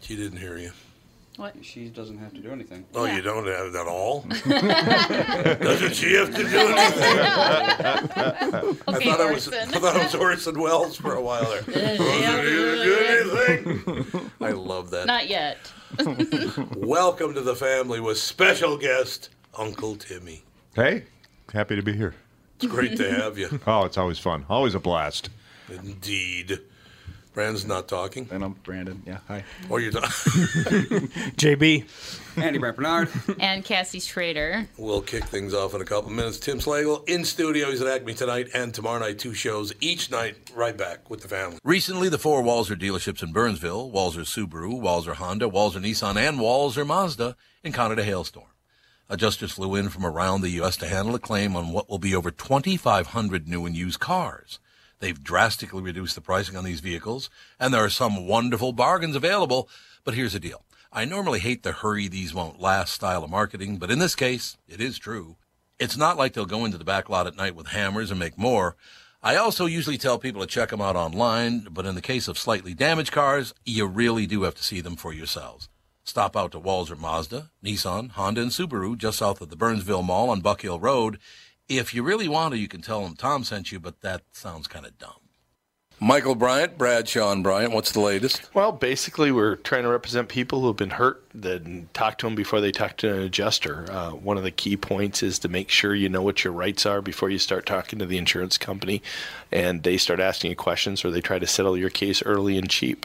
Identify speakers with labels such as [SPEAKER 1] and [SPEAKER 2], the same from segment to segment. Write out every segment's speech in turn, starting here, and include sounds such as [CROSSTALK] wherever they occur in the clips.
[SPEAKER 1] She didn't hear you.
[SPEAKER 2] What?
[SPEAKER 3] She doesn't have to do anything.
[SPEAKER 1] Oh,
[SPEAKER 2] Yeah.
[SPEAKER 1] you don't have it at [LAUGHS] all? Doesn't she have to do anything? [LAUGHS] I
[SPEAKER 2] Okay,
[SPEAKER 1] thought I was, I
[SPEAKER 2] Orson.
[SPEAKER 1] thought I was Orson Welles for a while [LAUGHS] there. Doesn't she have to do
[SPEAKER 4] [LAUGHS]
[SPEAKER 1] anything? I love that.
[SPEAKER 2] Not
[SPEAKER 5] [LAUGHS]
[SPEAKER 2] yet.
[SPEAKER 1] Welcome to the family with special guest Uncle Timmy.
[SPEAKER 6] Hey, happy to be here.
[SPEAKER 1] It's great to have
[SPEAKER 4] [LAUGHS]
[SPEAKER 1] you.
[SPEAKER 6] Oh, it's always fun. Always a blast.
[SPEAKER 1] Indeed. Brand's not talking.
[SPEAKER 4] And I'm Brandon. Yeah, hi.
[SPEAKER 1] Or you're not. [LAUGHS]
[SPEAKER 5] JB.
[SPEAKER 3] Andy Brant
[SPEAKER 6] [LAUGHS]
[SPEAKER 3] Bernard.
[SPEAKER 2] And Cassie Schrader.
[SPEAKER 1] We'll kick things off in a couple minutes. Tim Slagle in studio. He's at Acme tonight and tomorrow night, two shows each night, right back with the family. Recently, the four Walzer dealerships in Burnsville, Walzer Subaru, Walzer Honda, Walzer Nissan, and Walzer Mazda encountered a hailstorm. Adjusters flew in from around the U.S. to handle a claim on what will be over 2,500 new and used cars. They've drastically reduced the pricing on these vehicles, and there are some wonderful bargains available. But here's the deal. I normally hate the hurry these won't last style of marketing, but in this case, it is true. It's not like they'll go into the back lot at night with hammers and make more. I also usually tell people to check them out online, but in the case of slightly damaged cars, you really do have to see them for yourselves. Stop out to Walzer Mazda, Nissan, Honda, and Subaru just south of the Burnsville Mall on Buck Hill Road. If you really want to, you can tell them Tom sent you, but that sounds kind of dumb. Michael Bryant, Brad Sean Bryant, what's the latest?
[SPEAKER 7] Well, basically, we're trying to represent people who have been hurt, then talk to them before they talk to an adjuster. Uh, one of the key points is to make sure you know what your rights are before you start talking to the insurance company and they start asking you questions or they try to settle your case early and cheap.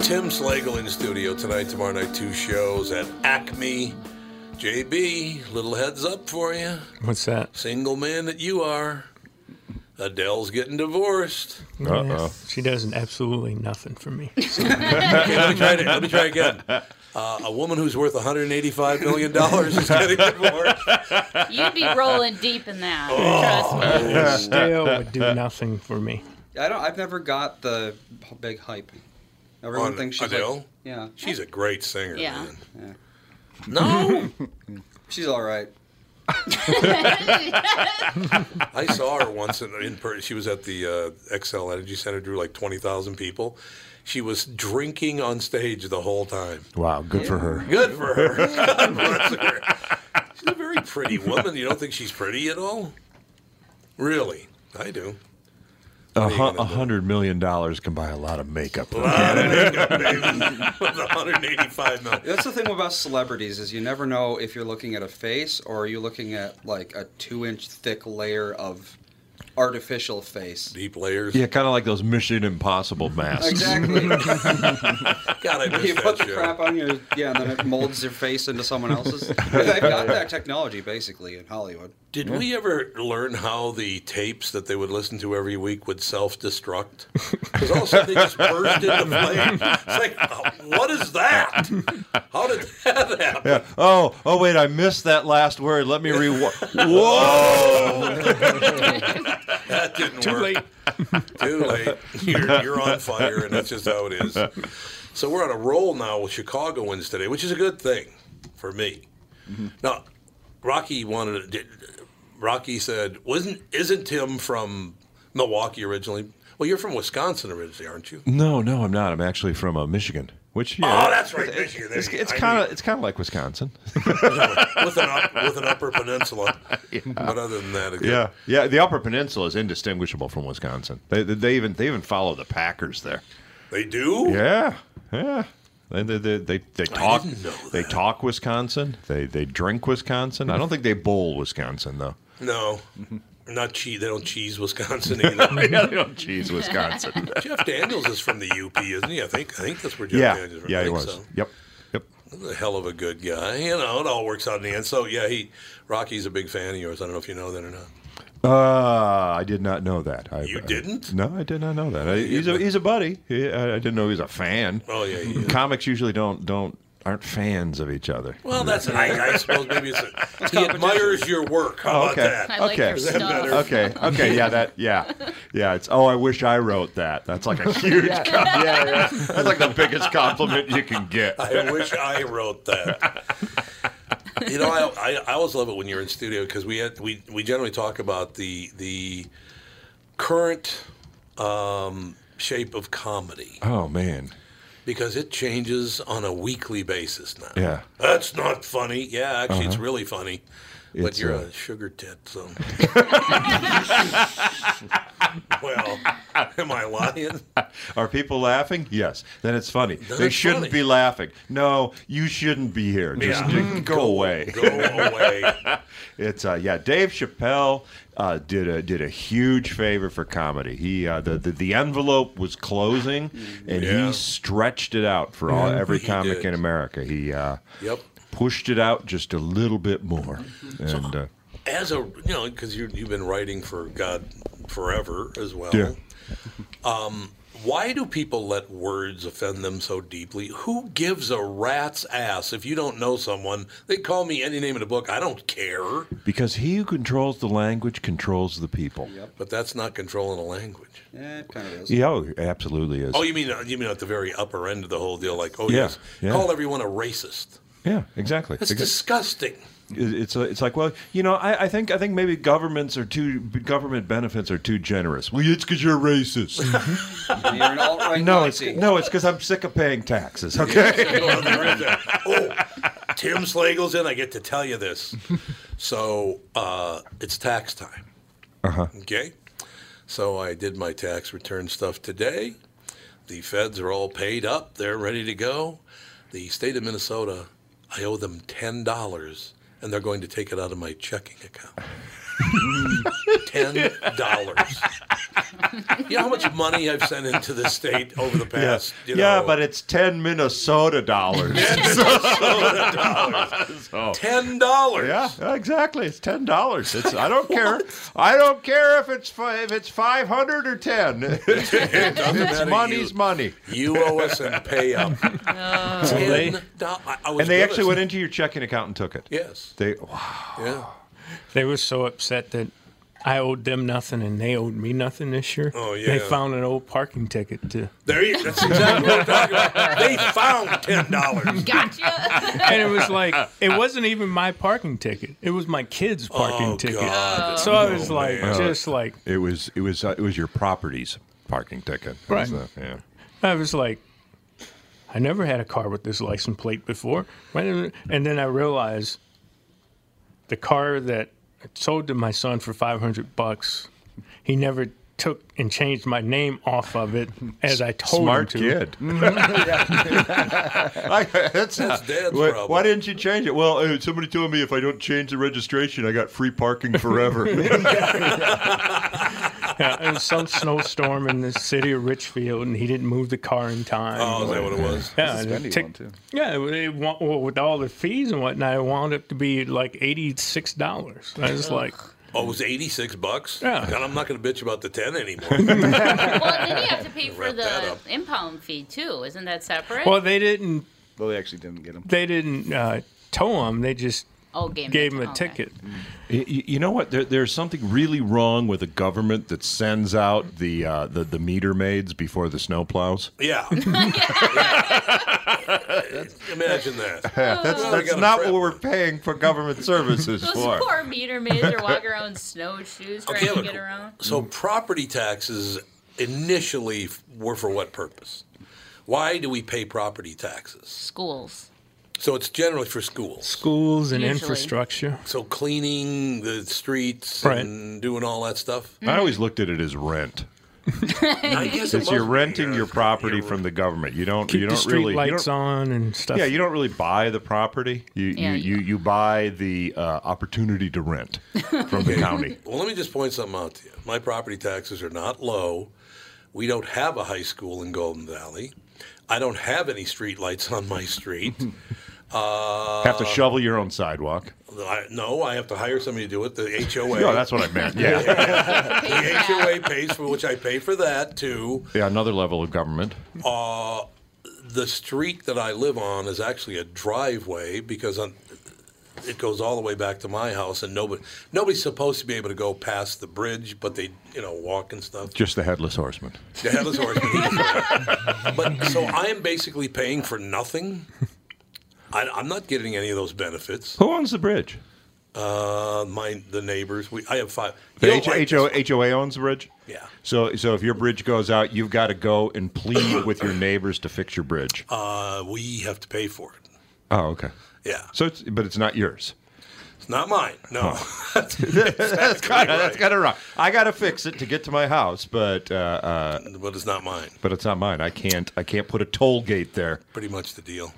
[SPEAKER 1] Tim Slagle in studio tonight, tomorrow night, two shows at Acme. JB, little heads up for you.
[SPEAKER 5] What's that?
[SPEAKER 1] Single man that you are. Adele's getting divorced.
[SPEAKER 6] Uh-oh.
[SPEAKER 5] She does absolutely nothing
[SPEAKER 1] [LAUGHS]
[SPEAKER 5] for me.
[SPEAKER 1] Okay, let me try it. Let me try again. Uh, a woman who's worth 185 million dollars is getting divorced.
[SPEAKER 2] You'd be rolling deep in that.
[SPEAKER 1] Oh.
[SPEAKER 2] Trust me.
[SPEAKER 1] [LAUGHS]
[SPEAKER 5] Still would do nothing for me.
[SPEAKER 3] I don't. I've never got the h- big hype. Everyone
[SPEAKER 1] On
[SPEAKER 3] thinks she's like-
[SPEAKER 1] Adele?
[SPEAKER 3] yeah,
[SPEAKER 1] She's a great singer.
[SPEAKER 2] Yeah.
[SPEAKER 1] man.
[SPEAKER 3] Yeah. [LAUGHS]
[SPEAKER 1] No,
[SPEAKER 3] she's all right.
[SPEAKER 1] I saw her once in, in per- she was at the uh, XL Energy Center, drew like twenty thousand people. She was drinking on stage the whole time.
[SPEAKER 6] Wow, good for her.
[SPEAKER 1] Good for her. [LAUGHS] God bless her. She's a very pretty woman. You don't think she's pretty at all? Really? I
[SPEAKER 3] [LAUGHS]
[SPEAKER 1] do. [LAUGHS]
[SPEAKER 6] A
[SPEAKER 1] you gonna
[SPEAKER 6] hu-
[SPEAKER 1] do?
[SPEAKER 6] a hundred million dollars can buy a lot of makeup.
[SPEAKER 1] With 185 million.
[SPEAKER 3] That's the thing about celebrities is you never know if you're looking at a face or are you looking at like a two-inch thick layer of artificial face.
[SPEAKER 1] Deep layers.
[SPEAKER 6] Yeah, kind of like those Mission Impossible masks.
[SPEAKER 1] [LAUGHS]
[SPEAKER 3] Exactly. [LAUGHS]
[SPEAKER 1] God, I miss
[SPEAKER 3] you
[SPEAKER 1] that
[SPEAKER 3] put the
[SPEAKER 1] show.
[SPEAKER 3] crap on your yeah, and then it molds your face into someone
[SPEAKER 1] [LAUGHS]
[SPEAKER 3] else's. They've got that technology basically in Hollywood.
[SPEAKER 1] Did we ever learn how the tapes that they would listen to every week would self-destruct? Because all of a sudden they just burst into flame. It's like, uh, what is that? How did that happen?
[SPEAKER 6] Yeah. Oh, oh wait, I missed that last word. Let me re. Whoa!
[SPEAKER 1] That didn't work. [LAUGHS] Too late. You're, you're on fire, and that's just how it
[SPEAKER 6] [LAUGHS]
[SPEAKER 1] is. So we're on a roll now with Chicago wins today, which is a good thing for me.
[SPEAKER 6] Mm-hmm.
[SPEAKER 1] Now, Rocky wanted. to- Did, Rocky said, "Wasn't isn't Tim from Milwaukee originally? Well, you're from Wisconsin originally, aren't you?"
[SPEAKER 6] No, no, I'm not. I'm actually from uh, Michigan. Which yeah,
[SPEAKER 1] Oh, that's right, Michigan. There
[SPEAKER 6] It's,
[SPEAKER 1] you-
[SPEAKER 6] it's
[SPEAKER 1] I
[SPEAKER 6] kind
[SPEAKER 1] knew
[SPEAKER 6] of it's kind of like Wisconsin.
[SPEAKER 1] with an up, with an upper
[SPEAKER 6] [LAUGHS]
[SPEAKER 1] peninsula. But other than that, again,
[SPEAKER 6] Yeah, yeah. The Upper Peninsula is indistinguishable from Wisconsin. They, they, they even they even follow the Packers there.
[SPEAKER 1] they do.
[SPEAKER 6] Yeah, yeah. They they, they, they, they talk
[SPEAKER 1] didn't know
[SPEAKER 6] they talk Wisconsin. They they drink Wisconsin. I don't think they bowl Wisconsin
[SPEAKER 1] [LAUGHS]
[SPEAKER 6] though.
[SPEAKER 1] No,
[SPEAKER 6] Mm-hmm.
[SPEAKER 1] not cheese. They don't cheese
[SPEAKER 6] [LAUGHS]
[SPEAKER 1] Wisconsin either.
[SPEAKER 6] yeah, they don't cheese Wisconsin.
[SPEAKER 1] Jeff Daniels is from the UP, isn't he? I think I think that's where Jeff
[SPEAKER 6] [LAUGHS] yeah,
[SPEAKER 1] Daniels is from. I
[SPEAKER 6] yeah. He
[SPEAKER 1] think
[SPEAKER 6] was.
[SPEAKER 1] So.
[SPEAKER 6] Yep, yep.
[SPEAKER 1] He's a hell of a good guy. You know, it all works out in the end. So yeah, he Rocky's a big fan of yours. I don't know if you know that or not.
[SPEAKER 6] Uh, I did not know that. I,
[SPEAKER 1] You
[SPEAKER 6] I-
[SPEAKER 1] didn't?
[SPEAKER 6] no, I did not know that. I, he's a he's a buddy. He, I, I didn't know he was a fan.
[SPEAKER 1] Oh, yeah, he is.
[SPEAKER 6] Comics usually don't don't aren't fans of each other.
[SPEAKER 1] Well, that's I, I suppose maybe it's a, he admires your work. How
[SPEAKER 6] Oh,
[SPEAKER 1] about
[SPEAKER 6] okay.
[SPEAKER 1] that?
[SPEAKER 2] I like
[SPEAKER 6] Okay.
[SPEAKER 2] your
[SPEAKER 6] Is that
[SPEAKER 2] stuff.
[SPEAKER 1] better?
[SPEAKER 6] Okay. Okay. Yeah. That. Yeah. Yeah. It's. Oh, I wish I wrote that. That's like a huge. yeah. yeah. Yeah. [LAUGHS] That's like the biggest compliment you can get.
[SPEAKER 1] I wish I wrote that. You know, I, I, I always love it when you're in studio because we had, we we generally talk about the the current um, shape of comedy
[SPEAKER 6] Oh man.
[SPEAKER 1] because it changes on a weekly basis now.
[SPEAKER 6] Yeah. Uh-huh.
[SPEAKER 1] that's not funny. Yeah, actually, it's really funny. But
[SPEAKER 6] It's,
[SPEAKER 1] you're
[SPEAKER 6] uh,
[SPEAKER 1] a sugar tit,
[SPEAKER 6] [LAUGHS]
[SPEAKER 1] so. well, am I lying?
[SPEAKER 6] Are people laughing? Yes. Then it's funny.
[SPEAKER 1] Then
[SPEAKER 6] they
[SPEAKER 1] it's
[SPEAKER 6] shouldn't
[SPEAKER 1] funny.
[SPEAKER 6] be laughing. No, you shouldn't be here. Just
[SPEAKER 1] Yeah. Mm,
[SPEAKER 6] d- go away.
[SPEAKER 1] Go away.
[SPEAKER 6] It's uh, yeah. Dave Chappelle uh, did a did a huge favor for comedy. He uh, the, the the envelope was closing, and
[SPEAKER 1] Yeah.
[SPEAKER 6] he stretched it out for all every
[SPEAKER 1] He
[SPEAKER 6] comic
[SPEAKER 1] did.
[SPEAKER 6] in America. He uh,
[SPEAKER 1] Yep.
[SPEAKER 6] pushed it out just a little bit
[SPEAKER 1] [LAUGHS]
[SPEAKER 6] more, and uh,
[SPEAKER 1] as a you know because you you've been writing for God forever as well.
[SPEAKER 6] Yeah.
[SPEAKER 1] Um, why do people let words offend them so deeply? Who gives a rat's ass if you don't know someone? They call me any name in the book. I don't care.
[SPEAKER 6] because he who controls the language controls the people.
[SPEAKER 3] Yep.
[SPEAKER 1] But that's not controlling a language.
[SPEAKER 3] Yeah, it kind of is.
[SPEAKER 6] Yeah, oh, it absolutely is.
[SPEAKER 1] Oh, you mean you mean at the very upper end of the whole deal? Like, oh
[SPEAKER 6] Yeah,
[SPEAKER 1] yes,
[SPEAKER 6] yeah.
[SPEAKER 1] call everyone a racist.
[SPEAKER 6] yeah, exactly.
[SPEAKER 1] That's
[SPEAKER 6] Exa-
[SPEAKER 1] disgusting.
[SPEAKER 6] It- it's it's like well you know I, I think I think maybe governments are too government benefits are too generous. Well, it's because you're racist.
[SPEAKER 1] [LAUGHS]
[SPEAKER 6] [LAUGHS]
[SPEAKER 3] And You're an alt-right
[SPEAKER 6] No, it's
[SPEAKER 3] Nazi.
[SPEAKER 6] no, it's because I'm sick of
[SPEAKER 1] [LAUGHS]
[SPEAKER 6] paying taxes. Okay.
[SPEAKER 1] Well, there is that. [LAUGHS] Oh, Tim Slagle's in. I get to tell you this. So uh, it's tax time.
[SPEAKER 6] Uh-huh.
[SPEAKER 1] Okay. So I did my tax return stuff today. The feds are all paid up. They're ready to go. The state of Minnesota, I owe them ten dollars, and they're going to take it out of my checking
[SPEAKER 6] [LAUGHS]
[SPEAKER 1] account. ten dollars. you know how much money I've sent into the state over the past. You
[SPEAKER 6] yeah,
[SPEAKER 1] know,
[SPEAKER 6] but it's ten Minnesota
[SPEAKER 1] [LAUGHS]
[SPEAKER 6] dollars.
[SPEAKER 1] ten dollars.
[SPEAKER 6] yeah, exactly. It's ten dollars. It's I
[SPEAKER 1] [LAUGHS]
[SPEAKER 6] don't care. I don't care if it's fi- if it's five hundred or
[SPEAKER 1] [LAUGHS]
[SPEAKER 6] ten.
[SPEAKER 1] matter
[SPEAKER 6] it's
[SPEAKER 1] to
[SPEAKER 6] money's
[SPEAKER 1] you.
[SPEAKER 6] money.
[SPEAKER 1] You owe us and pay
[SPEAKER 6] [LAUGHS]
[SPEAKER 1] up.
[SPEAKER 5] they-
[SPEAKER 1] Ten dollars. I was
[SPEAKER 6] And they
[SPEAKER 1] good
[SPEAKER 6] actually
[SPEAKER 1] at-
[SPEAKER 6] went into your checking account and took it.
[SPEAKER 1] Yes.
[SPEAKER 6] They wow.
[SPEAKER 1] Yeah.
[SPEAKER 5] They were so upset that I owed them nothing and they owed me nothing this year.
[SPEAKER 1] Oh,
[SPEAKER 5] They
[SPEAKER 1] yeah.
[SPEAKER 5] found an old parking ticket to,
[SPEAKER 1] There you. That's exactly what I'm talking about. They found ten dollars.
[SPEAKER 2] Gotcha. [LAUGHS]
[SPEAKER 5] and it was
[SPEAKER 1] [LAUGHS]
[SPEAKER 5] like it wasn't even my parking ticket. It was my kid's parking
[SPEAKER 1] Oh,
[SPEAKER 5] ticket.
[SPEAKER 1] God. Oh,
[SPEAKER 5] So I was like,
[SPEAKER 1] man.
[SPEAKER 5] just like
[SPEAKER 6] It was it was uh, it was your property's parking ticket. That was
[SPEAKER 5] Right.
[SPEAKER 6] the- yeah.
[SPEAKER 5] I was like, I never had a car with this license plate before. When- And then I realized the car that I sold to my son for 500 bucks, he never took and changed my name off of it as I told
[SPEAKER 6] Smart
[SPEAKER 5] him to.
[SPEAKER 6] kid. I- [LAUGHS] that's not-
[SPEAKER 1] Dad's
[SPEAKER 6] why,
[SPEAKER 1] problem.
[SPEAKER 6] why didn't you change it? Well, uh, somebody told me if I don't change the registration, I got free parking forever. [LAUGHS]
[SPEAKER 5] Yeah, Uh, it was some snowstorm in the city of Richfield, and he didn't move the car in time.
[SPEAKER 1] Oh, is that what it was?
[SPEAKER 5] yeah,
[SPEAKER 4] It's a
[SPEAKER 5] and it
[SPEAKER 4] spendy
[SPEAKER 5] tick-
[SPEAKER 4] one, too.
[SPEAKER 5] yeah, it, it, wa- well, with all the fees and whatnot, it wound up to be like eighty-six dollars. I was like,
[SPEAKER 1] Oh, it was eighty-six bucks.
[SPEAKER 5] Yeah.
[SPEAKER 1] God, I'm not going to bitch about the ten
[SPEAKER 6] [LAUGHS]
[SPEAKER 1] anymore.
[SPEAKER 2] well, and then you have to pay for
[SPEAKER 1] Wrap that
[SPEAKER 2] the
[SPEAKER 1] up.
[SPEAKER 2] impound fee too. Isn't that separate?
[SPEAKER 5] well, they didn't
[SPEAKER 4] Well, they actually didn't get him.
[SPEAKER 5] they didn't uh, tow him. They just
[SPEAKER 2] oh, game
[SPEAKER 5] gave him a
[SPEAKER 2] okay.
[SPEAKER 5] ticket.
[SPEAKER 6] Y- y- You know what? There, there's something really wrong with a government that sends out the uh, the, the meter maids before the snow plows.
[SPEAKER 1] yeah. [LAUGHS] Imagine that.
[SPEAKER 6] that's
[SPEAKER 1] Well, we
[SPEAKER 6] that's
[SPEAKER 1] gotta
[SPEAKER 6] not
[SPEAKER 1] prep
[SPEAKER 6] what we're
[SPEAKER 1] them.
[SPEAKER 6] paying for government services
[SPEAKER 2] Those
[SPEAKER 6] for.
[SPEAKER 2] poor meter maids
[SPEAKER 1] [LAUGHS]
[SPEAKER 2] are walking around in snowshoes trying
[SPEAKER 1] Okay,
[SPEAKER 2] to
[SPEAKER 1] but-
[SPEAKER 2] get around.
[SPEAKER 1] So property taxes initially f- were for what purpose? Why do we pay property taxes?
[SPEAKER 2] Schools.
[SPEAKER 1] So it's generally for schools.
[SPEAKER 5] Schools and
[SPEAKER 2] Usually.
[SPEAKER 5] infrastructure.
[SPEAKER 1] So cleaning the streets
[SPEAKER 5] Right.
[SPEAKER 1] and doing all that stuff.
[SPEAKER 6] I always looked at it as rent.
[SPEAKER 1] [LAUGHS] I guess it
[SPEAKER 6] It's you're
[SPEAKER 1] must be,
[SPEAKER 6] renting
[SPEAKER 1] yeah.
[SPEAKER 6] your property from the government. You don't.
[SPEAKER 5] Keep
[SPEAKER 6] you
[SPEAKER 5] the
[SPEAKER 6] don't
[SPEAKER 5] street
[SPEAKER 6] really. you
[SPEAKER 5] lights
[SPEAKER 6] don't,
[SPEAKER 5] on and stuff.
[SPEAKER 6] Yeah, you don't really buy the property. You
[SPEAKER 2] Yeah,
[SPEAKER 6] you, you, you buy the uh, opportunity to rent from [LAUGHS] the county.
[SPEAKER 1] Well, let me just point something out to you. My property taxes are not low. We don't have a high school in Golden Valley. I don't have any street lights on my
[SPEAKER 6] [LAUGHS]
[SPEAKER 1] street.
[SPEAKER 6] Have to shovel your own sidewalk.
[SPEAKER 1] I, no, I have to hire somebody to do it. The HOA.
[SPEAKER 6] No, that's what I meant. Yeah,
[SPEAKER 1] the HOA pays for which I pay for that too.
[SPEAKER 6] yeah, another level of government.
[SPEAKER 1] The street that I live on is actually a driveway because i it goes all the way back to my house, and nobody nobody's supposed to be able to go past the bridge, but they you know walk and stuff.
[SPEAKER 6] Just the headless horseman.
[SPEAKER 1] The headless horseman. he is right. but so I am basically paying for nothing. I, I'm not getting any of those benefits.
[SPEAKER 6] Who owns the bridge?
[SPEAKER 1] Uh, my the neighbors. We I have five.
[SPEAKER 6] The
[SPEAKER 1] You'll
[SPEAKER 6] H-
[SPEAKER 1] like
[SPEAKER 6] HO-
[SPEAKER 1] this.
[SPEAKER 6] HOA owns the bridge.
[SPEAKER 1] Yeah.
[SPEAKER 6] So so if your bridge goes out, you've got to go and plead with your neighbors to fix your bridge.
[SPEAKER 1] Uh, we have to pay for it.
[SPEAKER 6] oh, okay.
[SPEAKER 1] Yeah,
[SPEAKER 6] So it's but it's not yours.
[SPEAKER 1] it's not mine. No.
[SPEAKER 6] that's kind of that's kind of wrong. I got to fix it to get to my house, but uh, uh,
[SPEAKER 1] [LAUGHS] but it's not mine.
[SPEAKER 6] but it's not mine. I can't I can't put a toll gate there.
[SPEAKER 1] Pretty much the deal.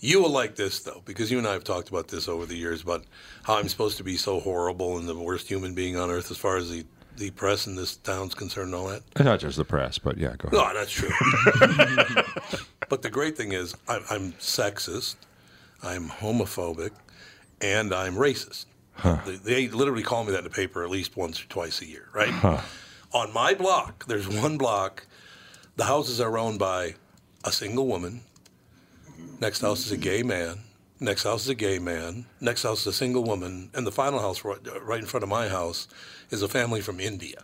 [SPEAKER 1] You will like this though, because you and I have talked about this over the years about how I'm supposed to be so horrible and the worst human being on earth as far as the, the press in this town's concerned and all that.
[SPEAKER 6] Not just the press, but yeah, go ahead.
[SPEAKER 1] No, that's true. but the great thing is, I'm, I'm sexist, I'm homophobic, and I'm racist. They, they literally call me that in the paper at least once or twice a year, right? On my block, there's one block. The houses are owned by a single woman. Next house is a gay man. Next house is a gay man. Next house is a single woman. And the final house, right, right in front of my house, is a family from India.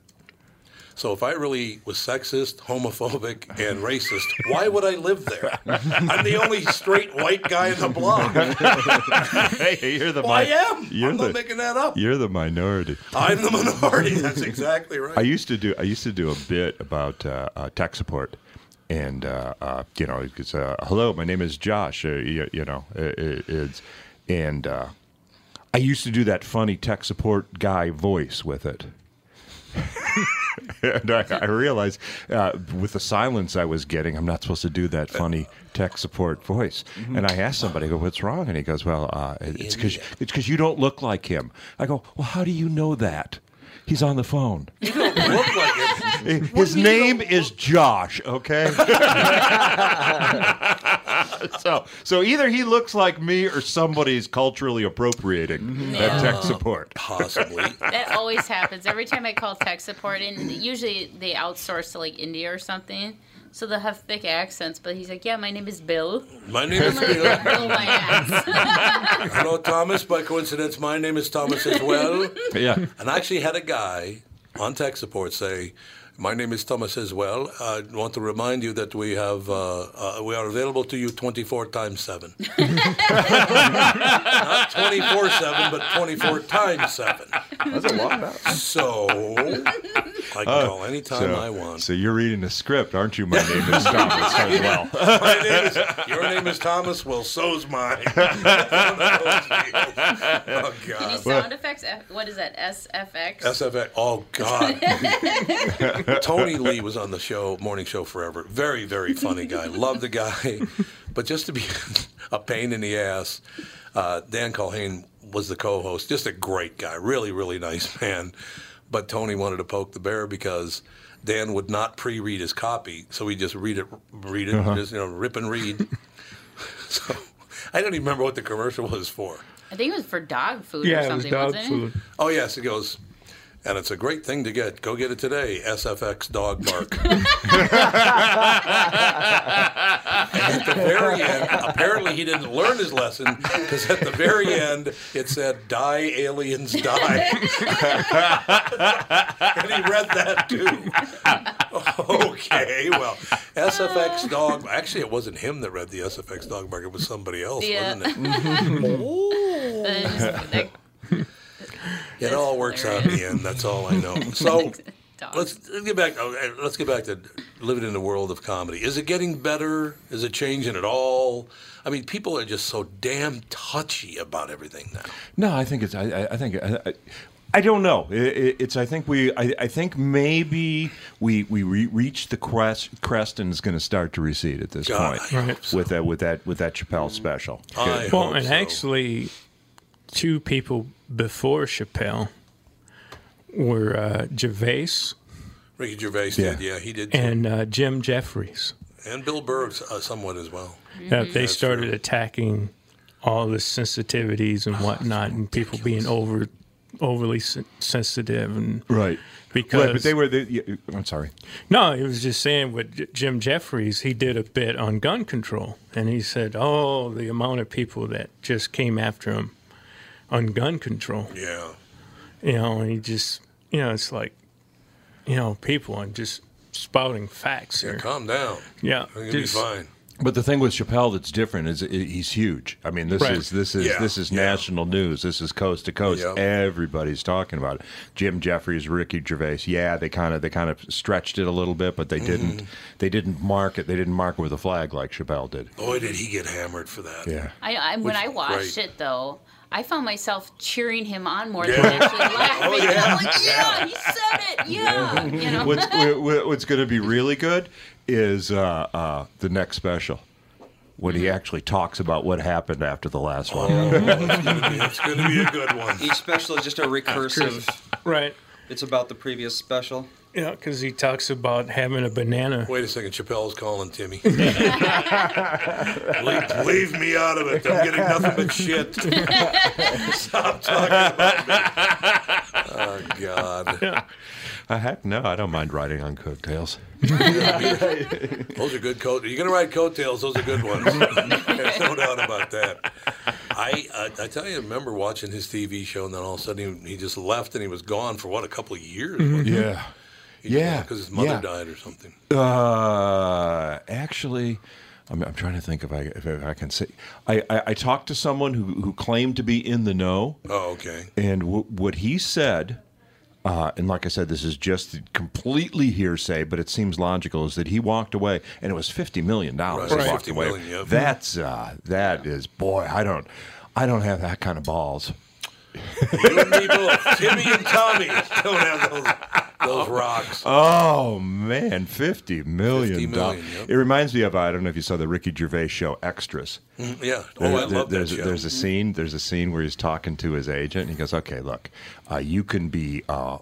[SPEAKER 1] So if I really was sexist, homophobic, and racist, why would I live there? I'm the only straight white guy in the
[SPEAKER 6] [LAUGHS]
[SPEAKER 1] block.
[SPEAKER 6] [LAUGHS] hey, you're the
[SPEAKER 1] Well, Oh, I
[SPEAKER 6] mi-
[SPEAKER 1] am.
[SPEAKER 6] [LAUGHS] You're
[SPEAKER 1] I'm
[SPEAKER 6] the
[SPEAKER 1] not making that up.
[SPEAKER 6] you're the minority.
[SPEAKER 1] I'm the minority. That's exactly right.
[SPEAKER 6] I used to do. I used to do a bit about uh, uh, tech support, and uh, uh, you know, it's uh, hello, my name is Josh. Uh, you, you know, i i- it's and uh, I used to do that funny tech support guy voice with it. and I, I realized uh, with the silence I was getting, I'm not supposed to do that funny tech support voice.
[SPEAKER 1] Mm-hmm.
[SPEAKER 6] And I asked somebody, I go, what's wrong? And he goes, well, uh, it- it's because it's because you don't look like him. I go, well, how do you know that? He's on the phone.
[SPEAKER 1] you don't look like it.
[SPEAKER 6] His name is Josh,
[SPEAKER 1] [LAUGHS]
[SPEAKER 6] okay? so, so either he looks like me or somebody's culturally appropriating that tech support.
[SPEAKER 1] Possibly.
[SPEAKER 2] That always happens. Every time I call tech support, and usually they outsource to like India or something. So they'll have thick accents, but he's like, "Yeah, my name is Bill." [LAUGHS]
[SPEAKER 1] My name is
[SPEAKER 2] Bill [LAUGHS]
[SPEAKER 1] Bill.
[SPEAKER 2] my ass.
[SPEAKER 1] Hello, Thomas. By coincidence, my name is Thomas as well.
[SPEAKER 6] Yeah.
[SPEAKER 1] And I actually had a guy on tech support say, "My name is Thomas as well. I want to remind you that we have uh, uh, we are available to you 24 times seven, not 24 seven, but 24 times seven.
[SPEAKER 6] That's a lot
[SPEAKER 1] So I can call anytime
[SPEAKER 6] Uh, So,
[SPEAKER 1] I want.
[SPEAKER 6] so you're reading the script, aren't you? My name is Thomas
[SPEAKER 5] [LAUGHS]
[SPEAKER 6] as well.
[SPEAKER 1] My name is, your name is Thomas. Well, so's
[SPEAKER 6] [LAUGHS]
[SPEAKER 1] mine. [LAUGHS] oh
[SPEAKER 2] Any
[SPEAKER 1] God.
[SPEAKER 2] sound effects? F- What is that? SFX.
[SPEAKER 1] SFX. Oh God. Tony Lee was on the show, morning show forever. Very, very funny guy. Love the guy, [LAUGHS] but just to be [LAUGHS] a pain in the ass. Uh, Dan Culhane was the co-host. Just a great guy. Really, really nice [LAUGHS] man. But Tony wanted to poke the bear because. Dan would not pre-read his copy, so he just read it, read it, just you know, rip and read. [LAUGHS] so I don't even remember what the commercial was for.
[SPEAKER 2] I think it was for dog food or
[SPEAKER 5] Yeah, it was
[SPEAKER 2] something,
[SPEAKER 5] dog
[SPEAKER 2] not
[SPEAKER 5] food.
[SPEAKER 1] Oh yes, it goes. And it's a great thing to get. Go get it today. SFX dog bark. and at the very end, apparently he didn't learn his lesson because at the very end it said "Die aliens die," [LAUGHS] and he read that too. Okay, well, SFX dog. Actually, it wasn't him that read the SFX dog bark. It was somebody else,
[SPEAKER 2] Yeah.
[SPEAKER 1] wasn't it? [LAUGHS]
[SPEAKER 2] Then just, like,
[SPEAKER 1] It all works out in the end. That's all I know. So.
[SPEAKER 2] dog.
[SPEAKER 1] Let's, let's get back. oh, eh, Let's get back to living in the world of comedy. Is it getting better? Is it changing at all? I mean, people are just so damn touchy about everything now.
[SPEAKER 6] No, I think it's. I, I- I think. I, I, I don't know. I- I- It's. I think we. I, I think maybe we we re- reach the crest, crest and it's going to start to recede at this
[SPEAKER 5] God,
[SPEAKER 6] point.
[SPEAKER 5] I hope Right. so.
[SPEAKER 6] With that. With that. With that Chappelle special.
[SPEAKER 5] well, and actually, two people before Chappelle were uh, Gervais
[SPEAKER 1] Ricky Gervais
[SPEAKER 5] Yeah.
[SPEAKER 1] did, yeah, he did. too.
[SPEAKER 5] and uh, Jim Jeffries.
[SPEAKER 1] and Bill Burr uh, somewhat as well.
[SPEAKER 2] Mm-hmm.
[SPEAKER 5] Now, they started attacking all the sensitivities
[SPEAKER 2] Oh,
[SPEAKER 5] and whatnot, and people being over overly sen- sensitive and
[SPEAKER 6] Right.
[SPEAKER 5] because
[SPEAKER 6] Right, but they were. The, yeah, I'm sorry.
[SPEAKER 5] No, he was just saying what J- Jim Jeffries, he did a bit on gun control. And he said, oh, the amount of people that just came after him on gun control.
[SPEAKER 1] Yeah.
[SPEAKER 5] You know, and he just, you know, it's like, you know, people, I'm just spouting facts
[SPEAKER 1] Yeah,
[SPEAKER 5] here.
[SPEAKER 1] calm down.
[SPEAKER 5] Yeah,
[SPEAKER 1] We're gonna be
[SPEAKER 5] just-
[SPEAKER 1] fine.
[SPEAKER 6] But the thing with Chappelle that's different is i- he's huge. I mean, this
[SPEAKER 5] Right.
[SPEAKER 6] is this is
[SPEAKER 1] Yeah,
[SPEAKER 6] this is national news. This is coast to coast.
[SPEAKER 1] Yep.
[SPEAKER 6] Everybody's talking about it. Jim Jeffries, Ricky Gervais. Yeah, they kind of they kind of stretched it a little bit, but they didn't they didn't mark it. They didn't mark it with a flag like Chappelle did.
[SPEAKER 1] Boy, did he get hammered for that.
[SPEAKER 6] Yeah.
[SPEAKER 2] I, I when
[SPEAKER 1] Which-
[SPEAKER 2] I watched
[SPEAKER 1] right.
[SPEAKER 2] it though, I found myself cheering him on more
[SPEAKER 1] Yeah.
[SPEAKER 2] than actually laughing.
[SPEAKER 1] [LAUGHS] Oh, yeah.
[SPEAKER 2] I'm like, yeah, he said it. Yeah, you know.
[SPEAKER 6] what's wha- what's going to be really good is uh, uh, the next special when he actually talks about what happened after the last one.
[SPEAKER 1] Oh, It's going to be a good one.
[SPEAKER 3] Each special is just a recursive.
[SPEAKER 5] Right.
[SPEAKER 3] It's about the previous special.
[SPEAKER 5] You know, because he talks about having a banana.
[SPEAKER 1] Wait a second, Chappelle's calling Timmy. leave, leave me out of it. I'm getting nothing but shit. Stop talking about me. Oh God,
[SPEAKER 6] I had, no, I don't mind riding on coattails.
[SPEAKER 1] those are good coat. You're gonna ride coattails. Those are good ones. There's no doubt about that. I, uh, I I tell you, I remember watching his TV show, and then all of a sudden he, he just left, and he was gone for what a couple of years.
[SPEAKER 6] Yeah. Mm-hmm. Yeah,
[SPEAKER 1] because his mother
[SPEAKER 6] yeah.
[SPEAKER 1] died or something.
[SPEAKER 6] Uh, actually, I'm, I'm trying to think if I if I can say. I, I, I talked to someone who, who claimed to be in the know,
[SPEAKER 1] Oh, okay.
[SPEAKER 6] and w- what he said, uh, and like I said, this is just completely hearsay, but it seems logical, is that he walked away, and it was fifty million dollars.
[SPEAKER 1] Right.
[SPEAKER 6] He walked
[SPEAKER 1] $50
[SPEAKER 6] away.
[SPEAKER 1] million, yep.
[SPEAKER 6] That's uh, that is boy. I don't I don't have that kind of balls.
[SPEAKER 1] You and me both. Timmy and Tommy don't have those those rocks.
[SPEAKER 6] Oh man, fifty million.
[SPEAKER 1] $50 million,
[SPEAKER 6] doll-
[SPEAKER 1] yep.
[SPEAKER 6] It reminds me of I don't know if you saw the Ricky Gervais show Extras.
[SPEAKER 1] Mm, Yeah. Oh,
[SPEAKER 6] There-
[SPEAKER 1] I
[SPEAKER 6] there-
[SPEAKER 1] love that
[SPEAKER 6] there's,
[SPEAKER 1] show.
[SPEAKER 6] There's a scene. There's a scene where he's talking to his agent, and he goes, "Okay, look, uh, you can be uh,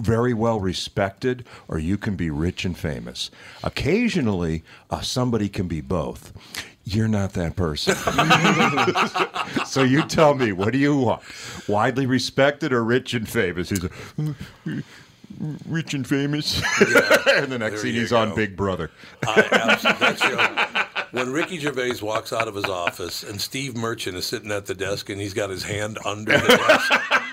[SPEAKER 6] very well respected, or you can be rich and famous. Occasionally, uh, somebody can be both. You're not that person. [LAUGHS] so you tell me, what do you want? Widely respected or rich and famous? He's like, "Mm, mm, mm, rich and famous. [LAUGHS] and the next
[SPEAKER 1] There
[SPEAKER 6] scene,
[SPEAKER 1] you
[SPEAKER 6] he's
[SPEAKER 1] go.
[SPEAKER 6] on Big Brother.
[SPEAKER 1] I absolutely, that show. When Ricky Gervais walks out of his office and Steve Merchant is sitting at the desk and he's got his hand under the desk.
[SPEAKER 6] [LAUGHS]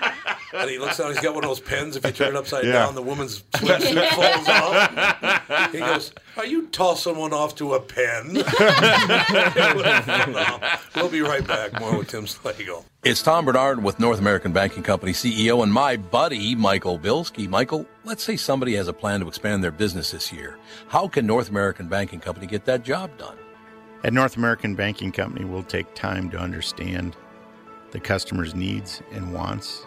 [SPEAKER 1] And he looks down, he's got one of those pens. If you turn it upside
[SPEAKER 6] Yeah.
[SPEAKER 1] down, the woman's
[SPEAKER 6] [LAUGHS]
[SPEAKER 1] swimsuit falls off. He goes, Are you tossing one off to a
[SPEAKER 6] [LAUGHS]
[SPEAKER 1] pen? we'll be right back. More with Tim Slagle.
[SPEAKER 4] It's Tom Bernard with North American Banking Company CEO and my buddy, Michael Bilski. Michael, let's say somebody has a plan to expand their business this year. How can North American Banking Company get that job done?
[SPEAKER 8] At North American Banking Company, we'll take time to understand the customer's needs and wants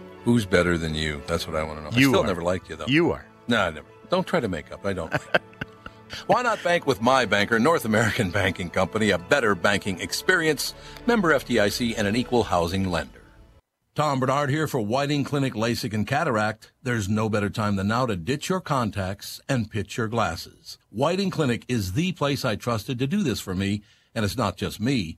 [SPEAKER 4] Who's better than you? That's what I want to know.
[SPEAKER 8] You
[SPEAKER 4] I still
[SPEAKER 8] are.
[SPEAKER 4] never liked you though.
[SPEAKER 8] You are.
[SPEAKER 4] No, I never. Don't try to make up. I don't. like it. Why not bank with my banker, North American Banking Company, a better banking experience, member FDIC, and an equal housing lender? Tom Bernard here for Whiting Clinic LASIK and Cataract. There's no better time than now to ditch your contacts and pitch your glasses. Whiting Clinic is the place I trusted to do this for me, and it's not just me.